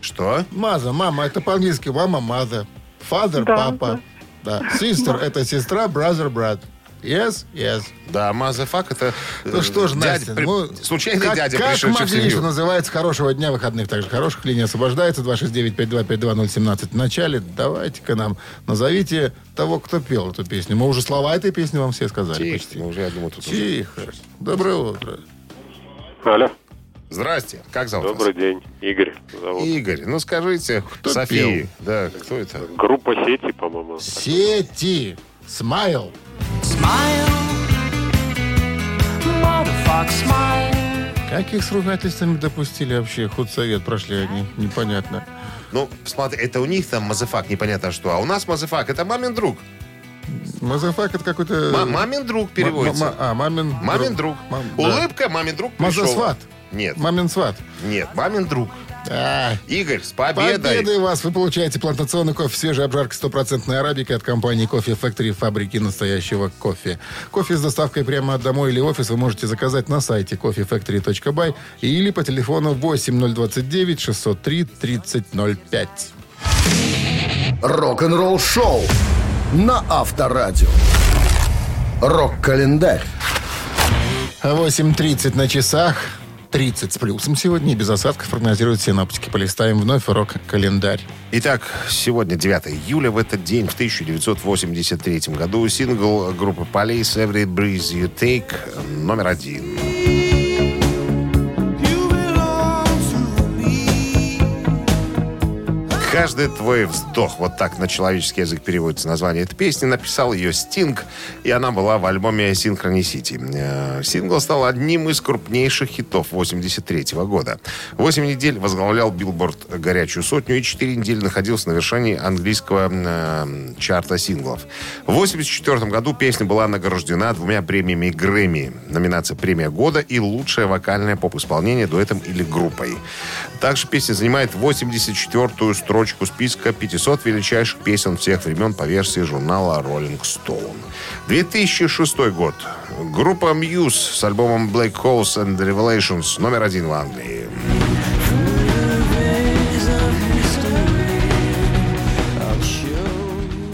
Speaker 3: Что?
Speaker 2: Маза, мама, это по-английски мама, маза. Father,
Speaker 5: Да,
Speaker 2: папа. Да. Sister, это сестра, brother, брат. Yes, yes.
Speaker 3: Да, мазафак это...
Speaker 2: Ну
Speaker 3: э,
Speaker 2: что ж,
Speaker 3: дядя,
Speaker 2: Настя,
Speaker 3: при-
Speaker 2: ну,
Speaker 3: случайный
Speaker 2: как,
Speaker 3: дядя,
Speaker 2: как
Speaker 3: пришедший в
Speaker 2: могли,
Speaker 3: семью.
Speaker 2: что называется, хорошего дня выходных. Также хороших линий освобождается. 269-5252-017. В начале давайте-ка нам назовите того, кто пел эту песню. Мы уже слова этой песни вам все сказали
Speaker 3: Тихо,
Speaker 2: почти.
Speaker 3: ну, уже, я думаю, тут уже-
Speaker 2: Тихо. Доброе утро.
Speaker 4: Алло.
Speaker 3: Здрасте, как зовут
Speaker 4: Добрый день. Игорь
Speaker 3: вас?
Speaker 4: зовут.
Speaker 3: Игорь, ну скажите,
Speaker 2: Кто
Speaker 3: Софии,
Speaker 2: пел?
Speaker 3: да, кто это?
Speaker 4: Группа сети, по-моему.
Speaker 2: Сети. Смайл. Каких с ругательствами допустили вообще? Худсовет прошли одни. Непонятно.
Speaker 3: Ну, смотри, это у них там мазафак, непонятно что, а у нас мазафак, это мамин друг.
Speaker 2: Мазафак это какой-то...
Speaker 3: Ма- мамин друг переводится.
Speaker 2: Ма- ма- а, мамин...
Speaker 3: Мамин друг.
Speaker 2: Мам- да.
Speaker 3: Улыбка, мамин друг пришел.
Speaker 2: Мазасват.
Speaker 3: Нет,
Speaker 2: Мамин сват.
Speaker 3: нет, мамин друг.
Speaker 2: А,
Speaker 3: Игорь, с победой.
Speaker 2: Победой вас! Вы получаете плантационный кофе, свежая обжарка стопроцентной арабики от компании Кофе Factory, фабрики настоящего кофе. Кофе с доставкой прямо домой или в офис вы можете заказать на сайте coffeefactory.by или по телефону 8029 603 3005.
Speaker 1: Рок-н-ролл шоу на Авторадио. Рок-календарь.
Speaker 2: 8.30 на часах. 30 с плюсом сегодня, и без осадков прогнозируют синаптики. Полистаем вновь рок-календарь.
Speaker 3: Итак, сегодня 9 июля. В этот день, в 1983 году, сингл группы Police «Every Breeze You Take» номер один. Каждый твой вздох, вот так на человеческий язык переводится название этой песни, написал ее Стинг, и она была в альбоме Synchronicity. Э, Сингл стал одним из крупнейших хитов 83 года. Восемь недель возглавлял Билборд «Горячую сотню» и четыре недели находился на вершине английского э, чарта синглов. В 1984 году песня была награждена двумя премиями Грэмми. Номинация «Премия года» и «Лучшее вокальное поп-исполнение дуэтом или группой». Также песня занимает 84-ю строчку списка 500 величайших песен всех времен по версии журнала Rolling Stone. 2006 год. Группа Muse с альбомом Black Holes and Revelations номер один в Англии.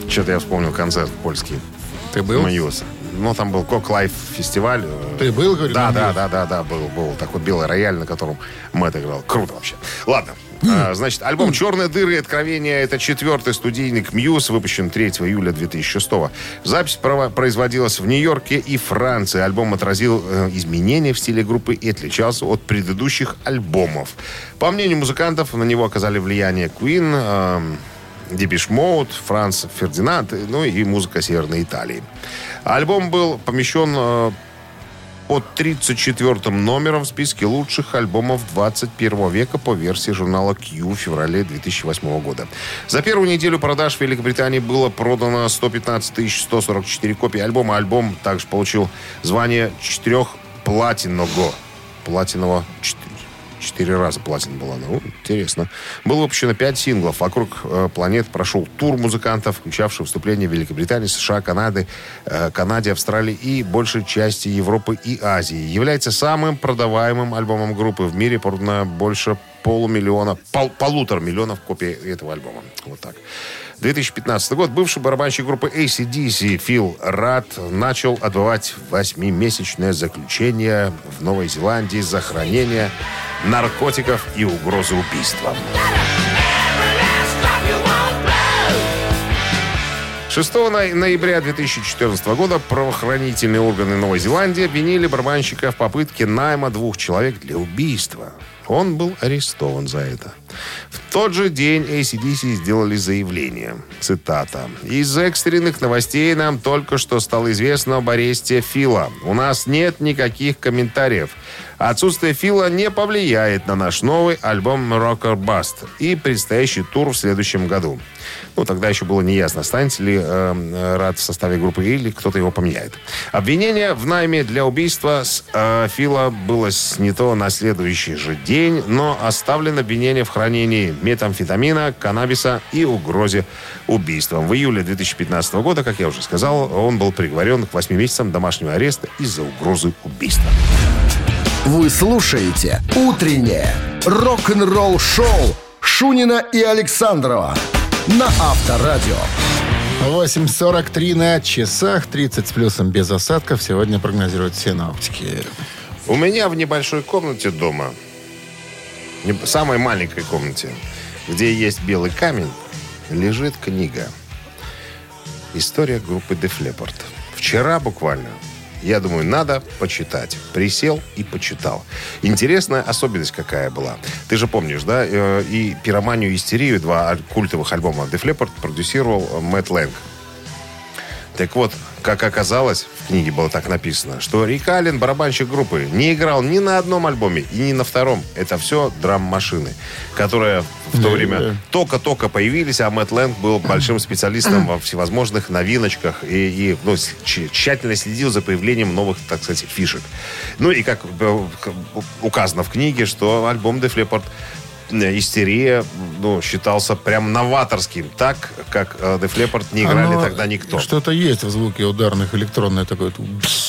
Speaker 3: Что-то я вспомнил концерт польский.
Speaker 2: Ты был?
Speaker 3: Muse. Ну, там был Кок Лайф фестиваль.
Speaker 2: Ты был, говорю,
Speaker 3: Да,
Speaker 2: на
Speaker 3: да,
Speaker 2: Muse?
Speaker 3: да, да, да, был, был такой белый рояль, на котором Мэтт играл. Круто вообще. Ладно. А, значит, альбом «Черные дыры и откровения» — это четвертый студийник «Мьюз», выпущен 3 июля 2006 Запись прова- производилась в Нью-Йорке и Франции. Альбом отразил э, изменения в стиле группы и отличался от предыдущих альбомов. По мнению музыкантов, на него оказали влияние Queen, эм, Депиш Моут, Франц Фердинанд, ну и музыка Северной Италии. Альбом был помещен э, под 34 номером в списке лучших альбомов 21 века по версии журнала Q в феврале 2008 года. За первую неделю продаж в Великобритании было продано 115 144 копии альбома. Альбом также получил звание четырех платиного. Платиного четыре. Четыре раза платин была. Ну, интересно. Было выпущено пять синглов. Вокруг э, планет прошел тур музыкантов, включавший выступления в Великобритании, США, Канады, э, Канаде, Австралии и большей части Европы и Азии. Является самым продаваемым альбомом группы в мире, продано больше полумиллиона, пол- полутора миллионов копий этого альбома. Вот так. 2015 год бывший барабанщик группы ACDC Фил Рад начал отбывать восьмимесячное заключение в Новой Зеландии за хранение наркотиков и угрозы убийством. 6 на- ноября 2014 года правоохранительные органы Новой Зеландии обвинили барабанщика в попытке найма двух человек для убийства. Он был арестован за это. В тот же день ACDC сделали заявление. Цитата. «Из экстренных новостей нам только что стало известно об аресте Фила. У нас нет никаких комментариев. Отсутствие Фила не повлияет на наш новый альбом Rocker Bust и предстоящий тур в следующем году. Ну, тогда еще было неясно, останется ли э, Рад в составе группы или кто-то его поменяет. Обвинение в найме для убийства с э, Фила было снято на следующий же день, но оставлено обвинение в хранении хранении метамфетамина, каннабиса и угрозе убийством. В июле 2015 года, как я уже сказал, он был приговорен к 8 месяцам домашнего ареста из-за угрозы убийства.
Speaker 1: Вы слушаете «Утреннее рок-н-ролл-шоу» Шунина и Александрова на Авторадио.
Speaker 2: 8.43 на часах, 30 с плюсом без осадков. Сегодня прогнозируют все синоптики.
Speaker 3: У меня в небольшой комнате дома, не- самой маленькой комнате, где есть белый камень, лежит книга. История группы Def Leppard. Вчера буквально. Я думаю, надо почитать. Присел и почитал. Интересная особенность какая была. Ты же помнишь, да? э, И «Пироманию» и «Истерию» два аль- культовых альбома Def Leppard продюсировал э, Мэтт Лэнг. Так вот, как оказалось, в книге было так написано, что Рик Аллен, барабанщик группы, не играл ни на одном альбоме и ни на втором. Это все драм-машины, которые в то
Speaker 2: Да,
Speaker 3: время
Speaker 2: да.
Speaker 3: только-только появились, а Мэтт Лэнг был большим специалистом во всевозможных новиночках и, и, ну, с- ч- тщательно следил за появлением новых, так сказать, фишек. Ну и как э, к- указано в книге, что альбом Def Leppard э, «Истерия» ну, считался прям новаторским, так как э, Def Leppard не играли
Speaker 2: Оно-
Speaker 3: тогда никто.
Speaker 2: Что-то есть в звуке ударных электронное такое. ту-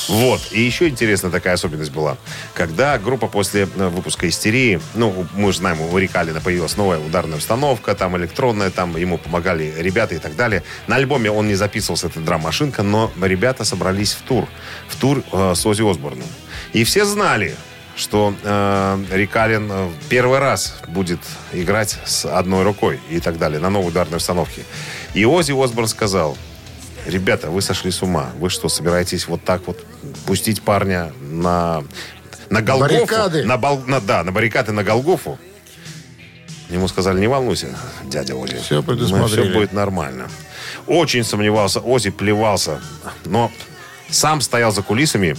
Speaker 3: Вот. И еще интересная такая особенность была. Когда группа после э, выпуска «Истерии», ну, мы же знаем, у Рика Аллена появилась новая ударная установка, там электронная, там ему помогали ребята и так далее. На альбоме он не записывался, это драм-машинка, но ребята собрались в тур. В тур э, с Оззи Осборном. И все знали, что э, Рик Аллен э, первый раз будет играть с одной рукой и так далее, на новой ударной установке. И Оззи Осборн сказал, Ребята, вы сошли с ума. Вы что, собираетесь вот так вот пустить парня на, на Голгофу?
Speaker 2: Баррикады.
Speaker 3: На бол- на- да, на баррикады на Голгофу. Ему сказали, не волнуйся, дядя Ози.
Speaker 2: Всё
Speaker 3: Мы-
Speaker 2: предусмотрели.
Speaker 3: Все будет нормально. Очень сомневался, Ози плевался. Но сам стоял за кулисами.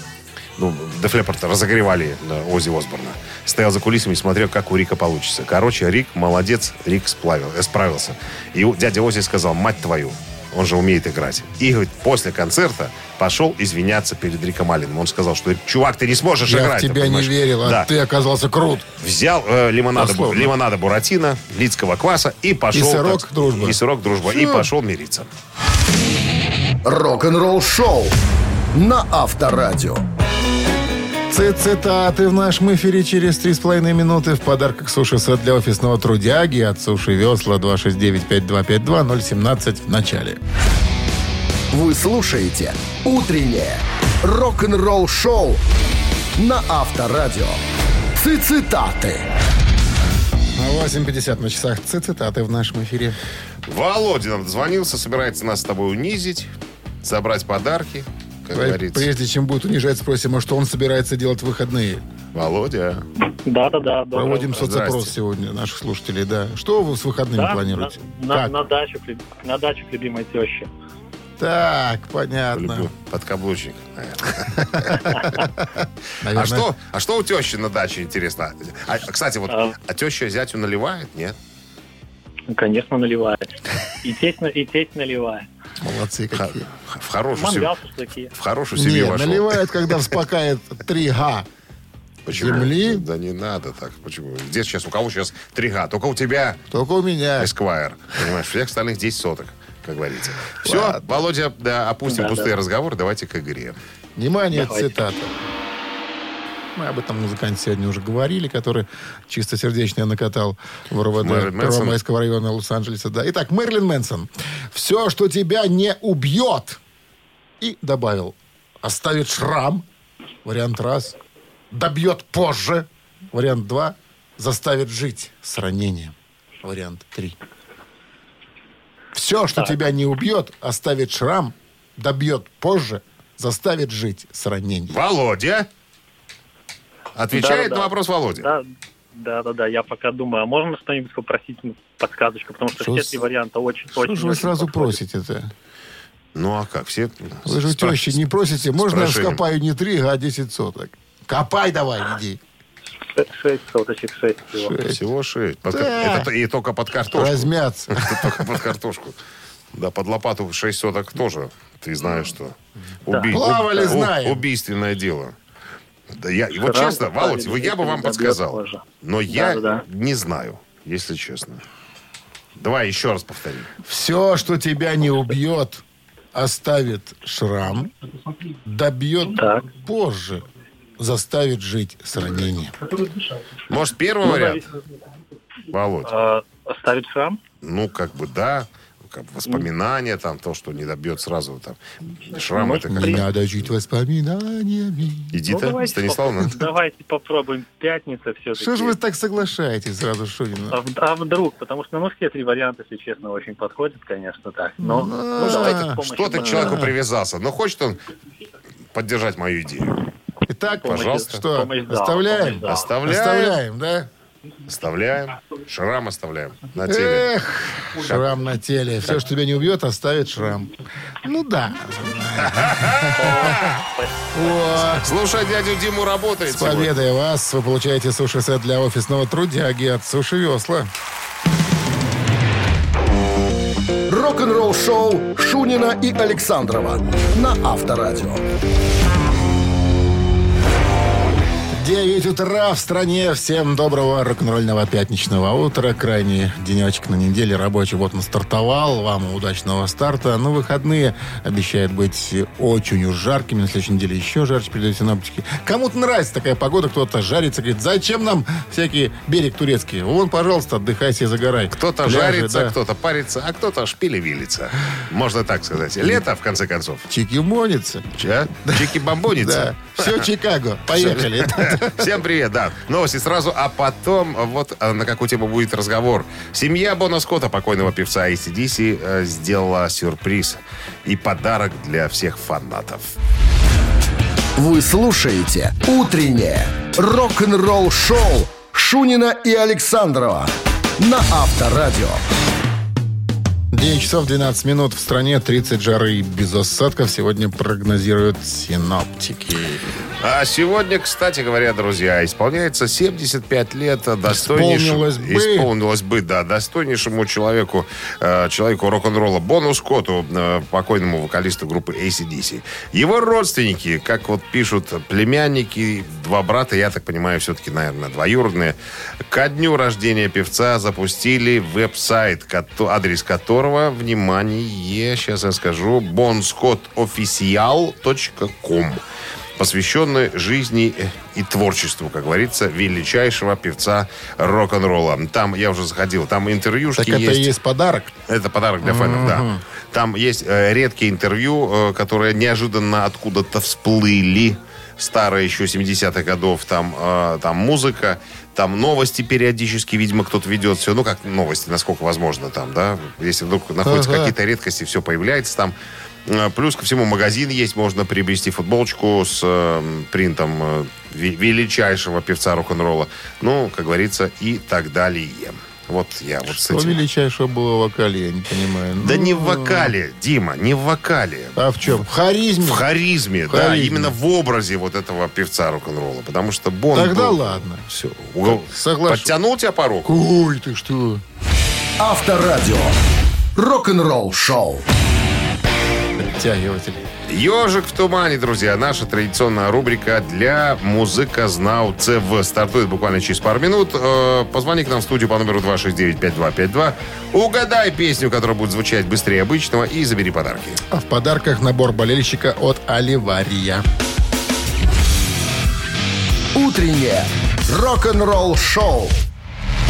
Speaker 3: Ну, Def Leppard разогревали э, Ози Осборна. Стоял за кулисами и смотрел, как у Рика получится. Короче, Рик молодец, Рик сплавил, э, справился. И у- дядя Ози сказал, мать твою, он же умеет играть. И говорит, после концерта пошел извиняться перед Риком Алленом. Он сказал, что чувак, ты не сможешь
Speaker 2: Я
Speaker 3: играть.
Speaker 2: в тебя не
Speaker 3: понимаешь?
Speaker 2: верил, а
Speaker 3: Да.
Speaker 2: ты оказался крут.
Speaker 3: Взял э, лимонада, бу-
Speaker 2: Дословно.
Speaker 3: лимонада Буратино, лицкого кваса и пошел...
Speaker 2: И сырок
Speaker 3: так-
Speaker 2: дружба.
Speaker 3: И сырок дружба. И
Speaker 2: Всё.
Speaker 3: пошел мириться.
Speaker 1: Рок-н-ролл-шоу на Авторадио.
Speaker 2: Ци- Цитаты в нашем эфире через 3,5 минуты. В подарках суши-сет для офисного трудяги от Суши Весла 269-5252-017 в начале.
Speaker 1: Вы слушаете «Утреннее рок-н-ролл-шоу» на Авторадио. Цитаты.
Speaker 2: 8.50 А на часах. Ци- Цитаты в нашем эфире.
Speaker 3: Володя нам дозвонился, собирается нас с тобой унизить, забрать подарки, как говорится.
Speaker 2: Прежде чем будет унижать, спросим, а что он собирается делать в выходные?
Speaker 3: Володя,
Speaker 7: Да-да-да. доброе
Speaker 2: Проводим
Speaker 7: утро.
Speaker 2: соцопрос
Speaker 3: Здрасте.
Speaker 2: сегодня наших слушателей, да. Что вы с выходными
Speaker 7: Да,
Speaker 2: планируете?
Speaker 7: на, на-
Speaker 2: так,
Speaker 7: на дачу, к лю- на дачу к любимой теще.
Speaker 2: так, понятно.
Speaker 3: люблю подкаблучник.
Speaker 2: Наверное,
Speaker 3: А что, а что у тещи на даче интересно? А, кстати, вот,
Speaker 7: А.
Speaker 3: а теща зятю наливает? Нет?
Speaker 7: Ну, Конечно, наливает. И тесть, на- и тесть наливает.
Speaker 2: Молодцы
Speaker 3: Х-
Speaker 2: какие.
Speaker 3: В хорошую
Speaker 7: Мангал,
Speaker 3: семью,
Speaker 7: шашлыки.
Speaker 3: в хорошую
Speaker 2: Не,
Speaker 3: семью вошел.
Speaker 2: наливает, когда вспакает 3Га. земли.
Speaker 3: Да не надо так. Почему? Где сейчас? У кого сейчас 3Га? Только у тебя
Speaker 2: Только у меня.
Speaker 3: Эсквайр. Понимаешь, всех остальных 10 соток, как говорится. Все, Володя, да, опустим
Speaker 7: Да,
Speaker 3: пустые
Speaker 7: да.
Speaker 3: разговоры, давайте к игре.
Speaker 2: Внимание,
Speaker 7: Давайте.
Speaker 2: цитата. Мы об этом музыканте сегодня уже говорили, который чистосердечно накатал в РОВД
Speaker 3: Мэрилин Мэнсон.
Speaker 2: Первомайского района Лос-Анджелеса. Да. Итак, Мерлин Мэнсон. Все, что тебя не убьет. И добавил. Оставит шрам. Вариант раз. Добьет позже. Вариант два. Заставит жить с ранением. Вариант три. Все, что тебя не убьет, оставит шрам, добьет позже, заставит жить с ранением.
Speaker 3: Володя! Отвечает
Speaker 7: Да-да-да.
Speaker 3: на вопрос Володя.
Speaker 7: Да, да, да, да, я пока думаю, а можно что-нибудь попросить ну, подсказочку, потому что
Speaker 2: Что
Speaker 7: все
Speaker 2: с-
Speaker 7: три варианта очень
Speaker 2: Что
Speaker 7: очень,
Speaker 2: же вы
Speaker 7: очень
Speaker 2: сразу
Speaker 7: подходят.
Speaker 2: просите-то?
Speaker 3: Ну а как, все...
Speaker 2: Вы же у
Speaker 3: спра-
Speaker 2: тещи не просите. Можно я
Speaker 3: прошением.
Speaker 2: скопаю не три, а десять соток? Копай давай, иди.
Speaker 7: Ше- Шесть соточек, шесть всего.
Speaker 3: Всего шесть. Под-
Speaker 2: Да.
Speaker 3: это и только под картошку.
Speaker 2: Размяться.
Speaker 3: Это только под картошку. Да, под лопату 6 соток тоже. Ты знаешь, что Уби-
Speaker 2: Плавали,
Speaker 3: у-
Speaker 2: знаем.
Speaker 3: убийственное дело. Да я, и вот
Speaker 7: Шрам
Speaker 3: честно, Володь,
Speaker 7: оставили,
Speaker 3: вы- я бы вам
Speaker 7: добьет
Speaker 3: подсказал,
Speaker 7: позже.
Speaker 3: но я
Speaker 7: Да-да-да.
Speaker 3: не знаю. если честно. Давай еще раз повторим.
Speaker 2: Все, что тебя не убьет, оставит шрам, добьет
Speaker 7: Так.
Speaker 2: позже, заставит жить с ранением.
Speaker 3: Может, первый вариант? Володь.
Speaker 7: Э, оставить шрам?
Speaker 3: Ну, как бы да. Как бы воспоминания там, то, что не добьет сразу там. Шрам это как
Speaker 2: Не надо жить воспоминаниями.
Speaker 3: Иди
Speaker 7: Ну,
Speaker 3: то,
Speaker 7: давайте
Speaker 3: Станиславовна.
Speaker 7: поп- Давайте попробуем пятница все-таки.
Speaker 2: Что же вы так соглашаетесь сразу,
Speaker 7: а,
Speaker 2: Шунина?
Speaker 7: в- а вдруг? Потому что, ну, все три варианта, если честно, очень подходят, конечно, так. Но, ну, давайте
Speaker 2: а,
Speaker 7: с помощью
Speaker 3: Что ты к
Speaker 7: мозга.
Speaker 3: человеку привязался? Ну, хочет он поддержать мою идею.
Speaker 2: Итак,
Speaker 7: Помощь-
Speaker 3: пожалуйста.
Speaker 2: что,
Speaker 7: помощь дала,
Speaker 2: оставляем?
Speaker 7: помощь дала.
Speaker 3: Оставляем.
Speaker 2: Оставляем, да?
Speaker 3: Оставляем. Шрам оставляем
Speaker 2: Э.
Speaker 3: на теле.
Speaker 2: Эх, шрам на теле. Все, что тебя не убьет, оставит шрам. Ну да. Вот.
Speaker 3: Слушай, дядю Диму работает
Speaker 2: С
Speaker 3: сегодня.
Speaker 2: победой вас! Вы получаете суши-сет для офисного трудяги от Суши Весла.
Speaker 1: Рок-н-ролл-шоу Шунина и Александрова на Авторадио.
Speaker 2: 9 утра в стране. Всем доброго рок-н-ролльного пятничного утра. Крайний денечек на неделе рабочий. Вот он стартовал. Вам удачного старта. Но выходные обещают быть очень уж жаркими. На следующей неделе еще жарче придут синоптики. Кому-то нравится такая погода. Кто-то жарится, говорит, зачем нам всякие берег турецкий? Вон, пожалуйста, отдыхай себе, загорай.
Speaker 3: Кто-то
Speaker 2: Пляжи,
Speaker 3: жарится,
Speaker 2: да.
Speaker 3: кто-то парится, а кто-то шпилевилится. Можно так сказать. Лето, в конце концов.
Speaker 2: Чики-монится.
Speaker 3: Ча? Чики-бомбонится.
Speaker 2: Да. Все, Чикаго. Поехали.
Speaker 3: Всем привет, да. Новости сразу, а потом вот а, на какую тему будет разговор. Семья Бона Скотта, покойного певца ACDC, э, сделала сюрприз и подарок для всех фанатов.
Speaker 1: Вы слушаете «Утреннее рок-н-ролл-шоу» Шунина и Александрова на Авторадио.
Speaker 2: 9 часов 12 минут. В стране 30 жары и без осадков. Сегодня прогнозируют синоптики.
Speaker 3: А сегодня, кстати говоря, друзья, исполняется 75 лет достойнейшему...
Speaker 2: Исполнилось бы.
Speaker 3: Исполнилось бы, да, достойнейшему человеку, э, человеку рок-н-ролла Бону Скотту, э, покойному вокалисту группы ACDC. Его родственники, как вот пишут, племянники, два брата, я так понимаю, все-таки, наверное, двоюродные, ко дню рождения певца запустили веб-сайт, кото- адрес которого, внимание, сейчас я скажу, bonscottofficial.com посвященный жизни и творчеству, как говорится, величайшего певца рок-н-ролла. Там, я уже заходил, там интервьюшки
Speaker 2: Так это и
Speaker 3: есть.
Speaker 2: есть подарок.
Speaker 3: Это подарок для фанов, да. Там есть э, редкие интервью, э, которые неожиданно откуда-то всплыли. Старые еще 70-х годов. Там, э, там музыка, там новости периодически, видимо, кто-то ведет все. Ну, как новости, насколько возможно там, да. Если вдруг находятся
Speaker 2: Ага.
Speaker 3: какие-то редкости, все появляется там. Э, Плюс ко всему магазин есть, можно приобрести футболочку с э, принтом э, ве- величайшего певца рок-н-ролла. Ну, как говорится, и так далее. Вот я вот с
Speaker 2: Что
Speaker 3: этим.
Speaker 2: величайшего было в вокале, я не понимаю.
Speaker 3: Да
Speaker 2: Ну,
Speaker 3: не в вокале, Дима, не в вокале.
Speaker 2: А в чем? В харизме.
Speaker 3: В харизме, да,
Speaker 2: харизме.
Speaker 3: именно в образе вот этого певца рок-н-ролла. Потому что Бон
Speaker 2: Тогда
Speaker 3: был-
Speaker 2: ладно.
Speaker 3: Всё, угол-
Speaker 2: Соглашусь.
Speaker 3: Подтянул тебя порог?
Speaker 2: Ой, ты что?
Speaker 1: Авторадио. Рок-н-ролл-шоу.
Speaker 2: Подтягиватель.
Speaker 3: Ежик в тумане, друзья. Наша традиционная рубрика для музыкознавцев. Стартует буквально через пару минут. Э, Позвони к нам в студию по номеру 269-5252. Угадай песню, которая будет звучать быстрее обычного, и забери подарки.
Speaker 2: А в подарках набор болельщика от Оливария.
Speaker 1: Утреннее рок-н-ролл-шоу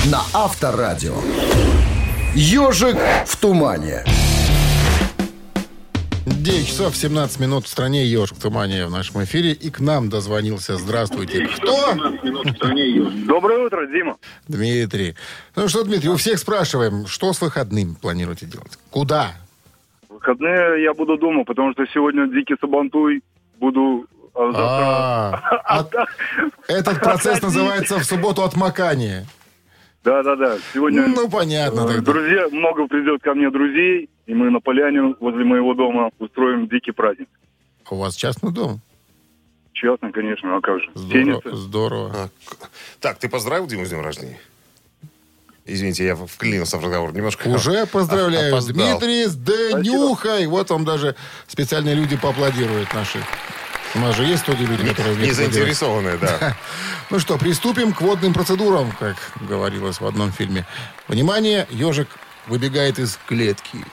Speaker 1: на Авторадио. «Ежик в тумане».
Speaker 2: 9 часов 17 минут в стране «Ежик в тумане» в нашем эфире. И к нам дозвонился. Здравствуйте. Кто?
Speaker 8: Доброе утро, Дима.
Speaker 2: Дмитрий. Ну что, Дмитрий, у всех спрашиваем, что с выходным планируете делать? Куда?
Speaker 8: Выходные я буду дома, потому что сегодня дикий сабантуй. Буду а завтра...
Speaker 2: А, от- Этот процесс называется в субботу отмокание.
Speaker 8: Да-да-да, сегодня...
Speaker 2: Ну, понятно.
Speaker 8: э,
Speaker 2: тогда.
Speaker 8: Друзья, много придет ко мне друзей, и мы на поляне возле моего дома устроим дикий праздник.
Speaker 2: У вас частный дом?
Speaker 8: Честно, конечно, а как же?
Speaker 2: Здорово.
Speaker 8: Теннисы.
Speaker 2: здорово.
Speaker 3: А, к- Так, ты поздравил Диму с днем рождения? Извините, я в- вклинился в разговор немножко. А,
Speaker 2: Уже поздравляю.
Speaker 3: Опоздал.
Speaker 2: Дмитрий с Денюхой. Вот вам даже специальные люди поаплодируют наши. У нас же есть студии люди, которые умеют
Speaker 3: Не
Speaker 2: аплодировать.
Speaker 3: заинтересованные, да.
Speaker 2: Ну что, приступим к водным процедурам, как говорилось в одном фильме. Внимание, ежик выбегает из клетки.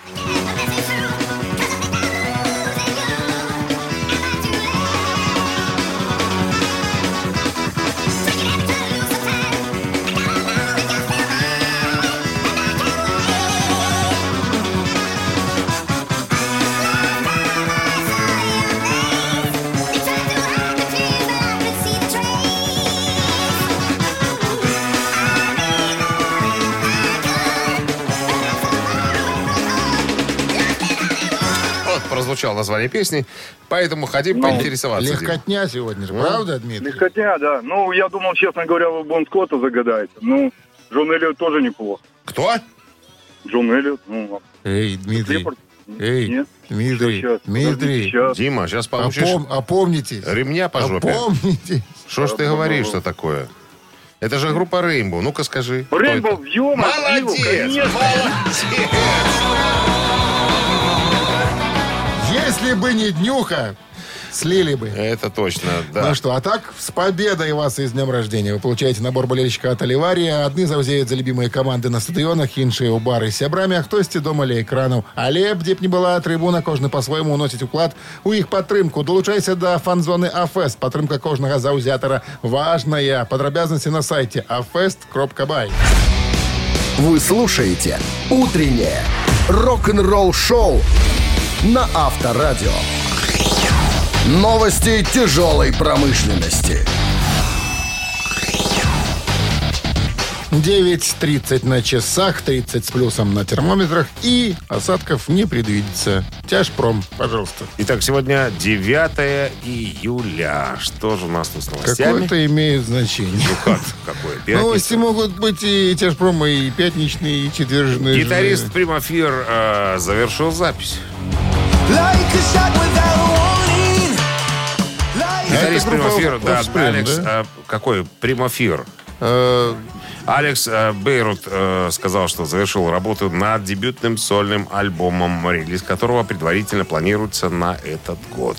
Speaker 3: Вот прозвучало название песни, поэтому хотим
Speaker 2: Ну,
Speaker 3: поинтересоваться. Дим.
Speaker 2: Легкотня сегодня же, правда, Дмитрий?
Speaker 8: Ну, Легкотня, да. Ну, я думал, честно говоря, вы Бон Скотта загадаете. Ну, Джон Эллиот тоже неплохо.
Speaker 3: Кто?
Speaker 8: Джон Эллиот, ну,
Speaker 2: Эй, Дмитрий,
Speaker 8: Клиффорд.
Speaker 2: эй,
Speaker 8: Нет,
Speaker 2: Дмитрий,
Speaker 8: сейчас.
Speaker 2: Дмитрий,
Speaker 8: Сейчас.
Speaker 3: Дима,
Speaker 2: А
Speaker 3: сейчас получишь
Speaker 2: опом- опомнитесь,
Speaker 3: ремня
Speaker 2: а
Speaker 3: по жопе.
Speaker 2: опомнитесь.
Speaker 3: Что ж ты говоришь-то такое? Это же группа Рейнбоу. Ну-ка скажи. кто это?
Speaker 8: Рейнбоу, ё
Speaker 3: Молодец! Молодец!
Speaker 2: Если бы не днюха, слили бы.
Speaker 3: Это точно, да.
Speaker 2: Ну что, а так, с победой вас и с днем рождения. Вы получаете набор болельщика от Оливария, одни завзеют за любимые команды на стадионах, иншие у бары с сябрами, а хтосьці дома ля экрану. Але б дзе б не была, трибуна кожны по-свойму уносить уклад у іх падтрымку. Долучайся до фан-зоны А АФЭС. Падтрымка кожнага заўзятара важная. Падрабязнасці на сайте А afest.by.
Speaker 1: Вы слушаете «Утреннее рок-н-ролл-шоу» на Авторадио. Новости тяжелой промышленности.
Speaker 2: 9.30 на часах, 30 с плюсом на термометрах и осадков не предвидится. Тяжпром, пожалуйста.
Speaker 3: Итак, сегодня 9 июля. Что же у нас тут с новостями?
Speaker 2: Какое-то имеет значение.
Speaker 3: Ну как, какое?
Speaker 2: Новости
Speaker 3: Пятница.
Speaker 2: могут быть и тяжпромы, и пятничные, и четвержные.
Speaker 3: Гитарист прямо эфир э, завершил запись. Гитарист
Speaker 2: А группа
Speaker 3: Примафир, да,
Speaker 2: Offspring,
Speaker 3: Алекс,
Speaker 2: да?
Speaker 3: э, какой? Примафир.
Speaker 2: Э,
Speaker 3: Алекс э, Бейрут э, сказал, что завершил работу над дебютным сольным альбомом, релиз которого предварительно планируется на этот год.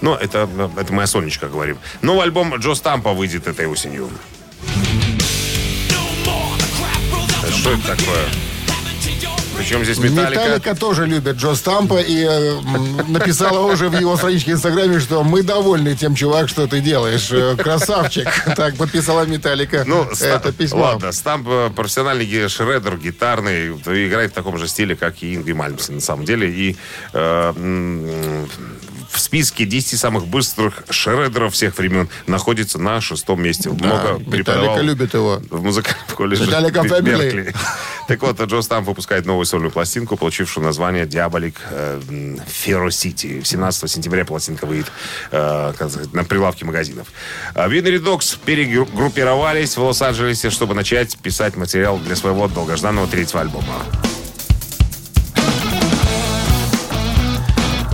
Speaker 3: Но это, э, это мы о Сонечка говорим. Новый альбом Джо Стампа выйдет этой осенью. Что это такое? Причем здесь металлика.
Speaker 2: Металлика тоже любят Джо Стампа и э, м, написала уже в его страничке в Инстаграме, что мы довольны тем, чувак, что ты делаешь. Э, Красавчик. Так подписала Металлика
Speaker 3: Ну,
Speaker 2: это
Speaker 3: Ста-
Speaker 2: письмо.
Speaker 3: Ладно, Стамп э, профессиональный ги- шредер гитарный, вот, и играет в таком же стиле, как и Ингви Мальмсен, на самом деле. И э, м, в списке 10 самых быстрых шредеров всех времен находится на шестом месте. Много преподавал
Speaker 2: Металлика любит его.
Speaker 3: в музыкальном колледже
Speaker 2: Металлика
Speaker 3: Бер-
Speaker 2: Family.
Speaker 3: Беркли. Так вот, Джо Стамп выпускает новую сольную пластинку, получившую название э, «Диаболик Ферросити». 17 сентября пластинка выйдет э, как сказать, на прилавке магазинов. А, Винери Докс перегруппировались в Лос-Анджелесе, чтобы начать писать материал для своего долгожданного третьего альбома.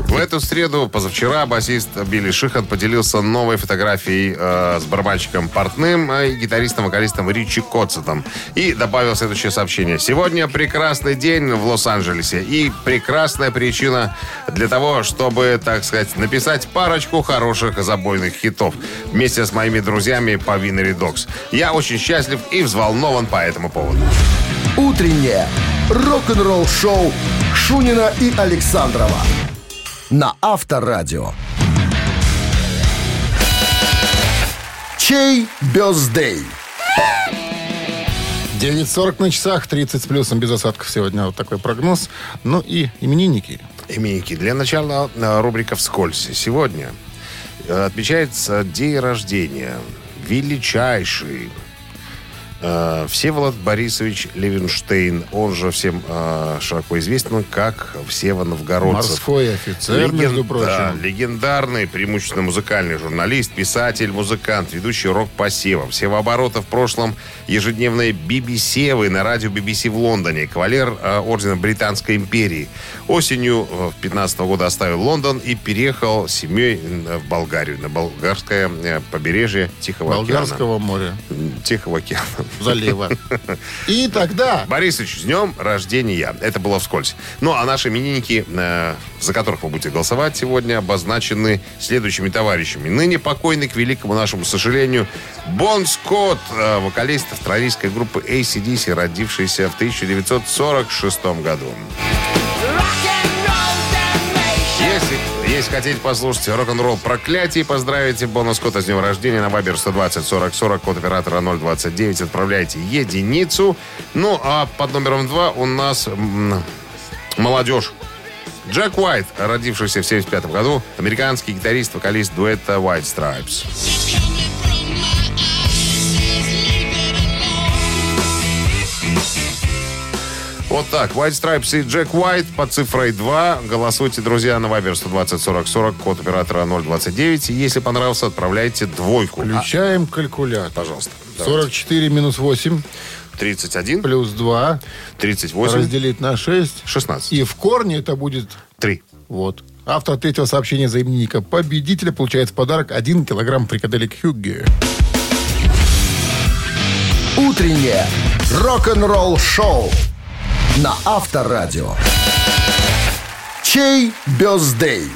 Speaker 3: В эту среду, позавчера, басист Билли Шихан поделился новой фотографией э, с барабанщиком Портным э, и гитаристом-вокалистом Ричи Котцетом. И добавил следующее сообщение. «Сегодня прекрасный день в Лос-Анджелесе и прекрасная причина для того, чтобы, так сказать, написать парочку хороших забойных хитов вместе с моими друзьями по Винери Докс. Я очень счастлив и взволнован по этому поводу».
Speaker 1: «Утреннее рок-н-ролл-шоу» Шунина и Александрова на Авторадио. Чей бездей?
Speaker 2: 9.40 на часах, 30 с плюсом, без осадков сегодня. Вот такой прогноз. Ну и именинники.
Speaker 3: Именики. Для начала э, рубрика «Вскользь». Сегодня э, отмечается день рождения величайший э, Всеволод Борисович Левинштейн. Он же всем э, широко известен как Всева Новгородцев.
Speaker 2: Морской офицер,
Speaker 3: Леген-
Speaker 2: между
Speaker 3: да,
Speaker 2: прочим.
Speaker 3: легендарный, преимущественно музыкальный журналист, писатель, музыкант, ведущий рок-посева. Севооборота в прошлом ежедневные BBC-вы на радио BBC в Лондоне. Кавалер э, Ордена Британской империи. Осенью 2015 года оставил Лондон и переехал с семьей м, в Болгарию, на болгарское э, побережье Тихого океана.
Speaker 2: Болгарского моря.
Speaker 3: Тихого океана.
Speaker 2: залива. И тогда
Speaker 3: Борисович, с днем рождения. Это было вскользь. Ну, а наши именинники, э, за которых вы будете голосовать сегодня, обозначены следующими товарищами. Ныне покойный, к великому нашему сожалению, Бон Скотт, э, вокалист австралийской группы ACDC, родившийся в 1946 году. Если, если хотите послушать рок-н-ролл проклятие, поздравите Бона Скотта с днем рождения на Вайбер 120 40 40, код оператора 029, отправляйте единицу. Ну, а под номером 2 у нас м, молодежь. Джек Уайт, родившийся в 75 году, американский гитарист, вокалист дуэта White Stripes. Вот так. White Stripes и Джек Уайт под цифрой 2. Голосуйте, друзья, на Вайбер 120 40 40, код оператора 029. И Если понравился, отправляйте двойку. А,
Speaker 2: включаем калькулятор.
Speaker 3: пожалуйста. Давайте.
Speaker 2: 44 минус 8
Speaker 3: 31,
Speaker 2: плюс 2
Speaker 3: 38,
Speaker 2: разделить на 6.
Speaker 3: 16.
Speaker 2: И в корне это будет
Speaker 3: 3.
Speaker 2: вот. Автор третьего сообщения за именинника победителя получает в подарок 1 килограмм фрикаделек Хюгге.
Speaker 1: Утреннее рок-н-ролл-шоу на Авторадио. Чей бездей?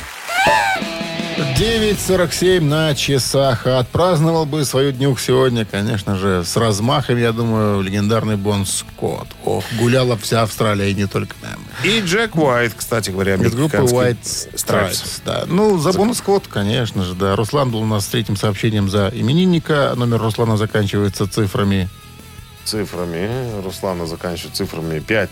Speaker 2: 9.47 на часах. А Отпраздновал бы свою днюх сегодня, конечно же, с размахом, я думаю, легендарный Бон Скотт. Ох, гуляла вся Австралия, и не только нам.
Speaker 3: И Джек Уайт, кстати говоря,
Speaker 2: Из группы White
Speaker 3: американский
Speaker 2: Stripes. Да. Ну, за Бон Скотт, конечно же, да. Руслан был у нас с третьим сообщением за именинника. Номер Руслана заканчивается цифрами.
Speaker 3: Цифрами. Руслана заканчивает цифрами 5,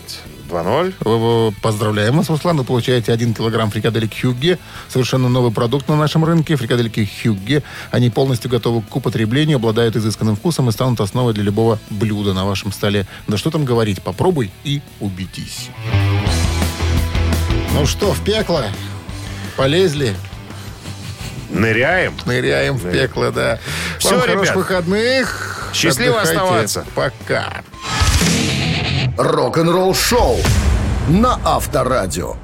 Speaker 3: 2, 0.
Speaker 2: Э, Поздравляем вас, Руслан. Вы получаете 1 килограмм фрикаделек Хюгге. Совершенно новый продукт на нашем рынке. Фрикадельки Хюгге. Они полностью готовы к употреблению, обладают изысканным вкусом и станут основой для любого блюда на вашем столе. Да что там говорить, попробуй и убедись. Ну что, в пекло? Полезли?
Speaker 3: Ныряем.
Speaker 2: Ныряем в пекло, да.
Speaker 3: Всё,
Speaker 2: Вам
Speaker 3: ребят.
Speaker 2: хороших выходных.
Speaker 3: Счастливо
Speaker 2: Отдыхайте.
Speaker 3: оставаться.
Speaker 2: Пока.
Speaker 1: Рок-н-ролл-шоу на Авторадио.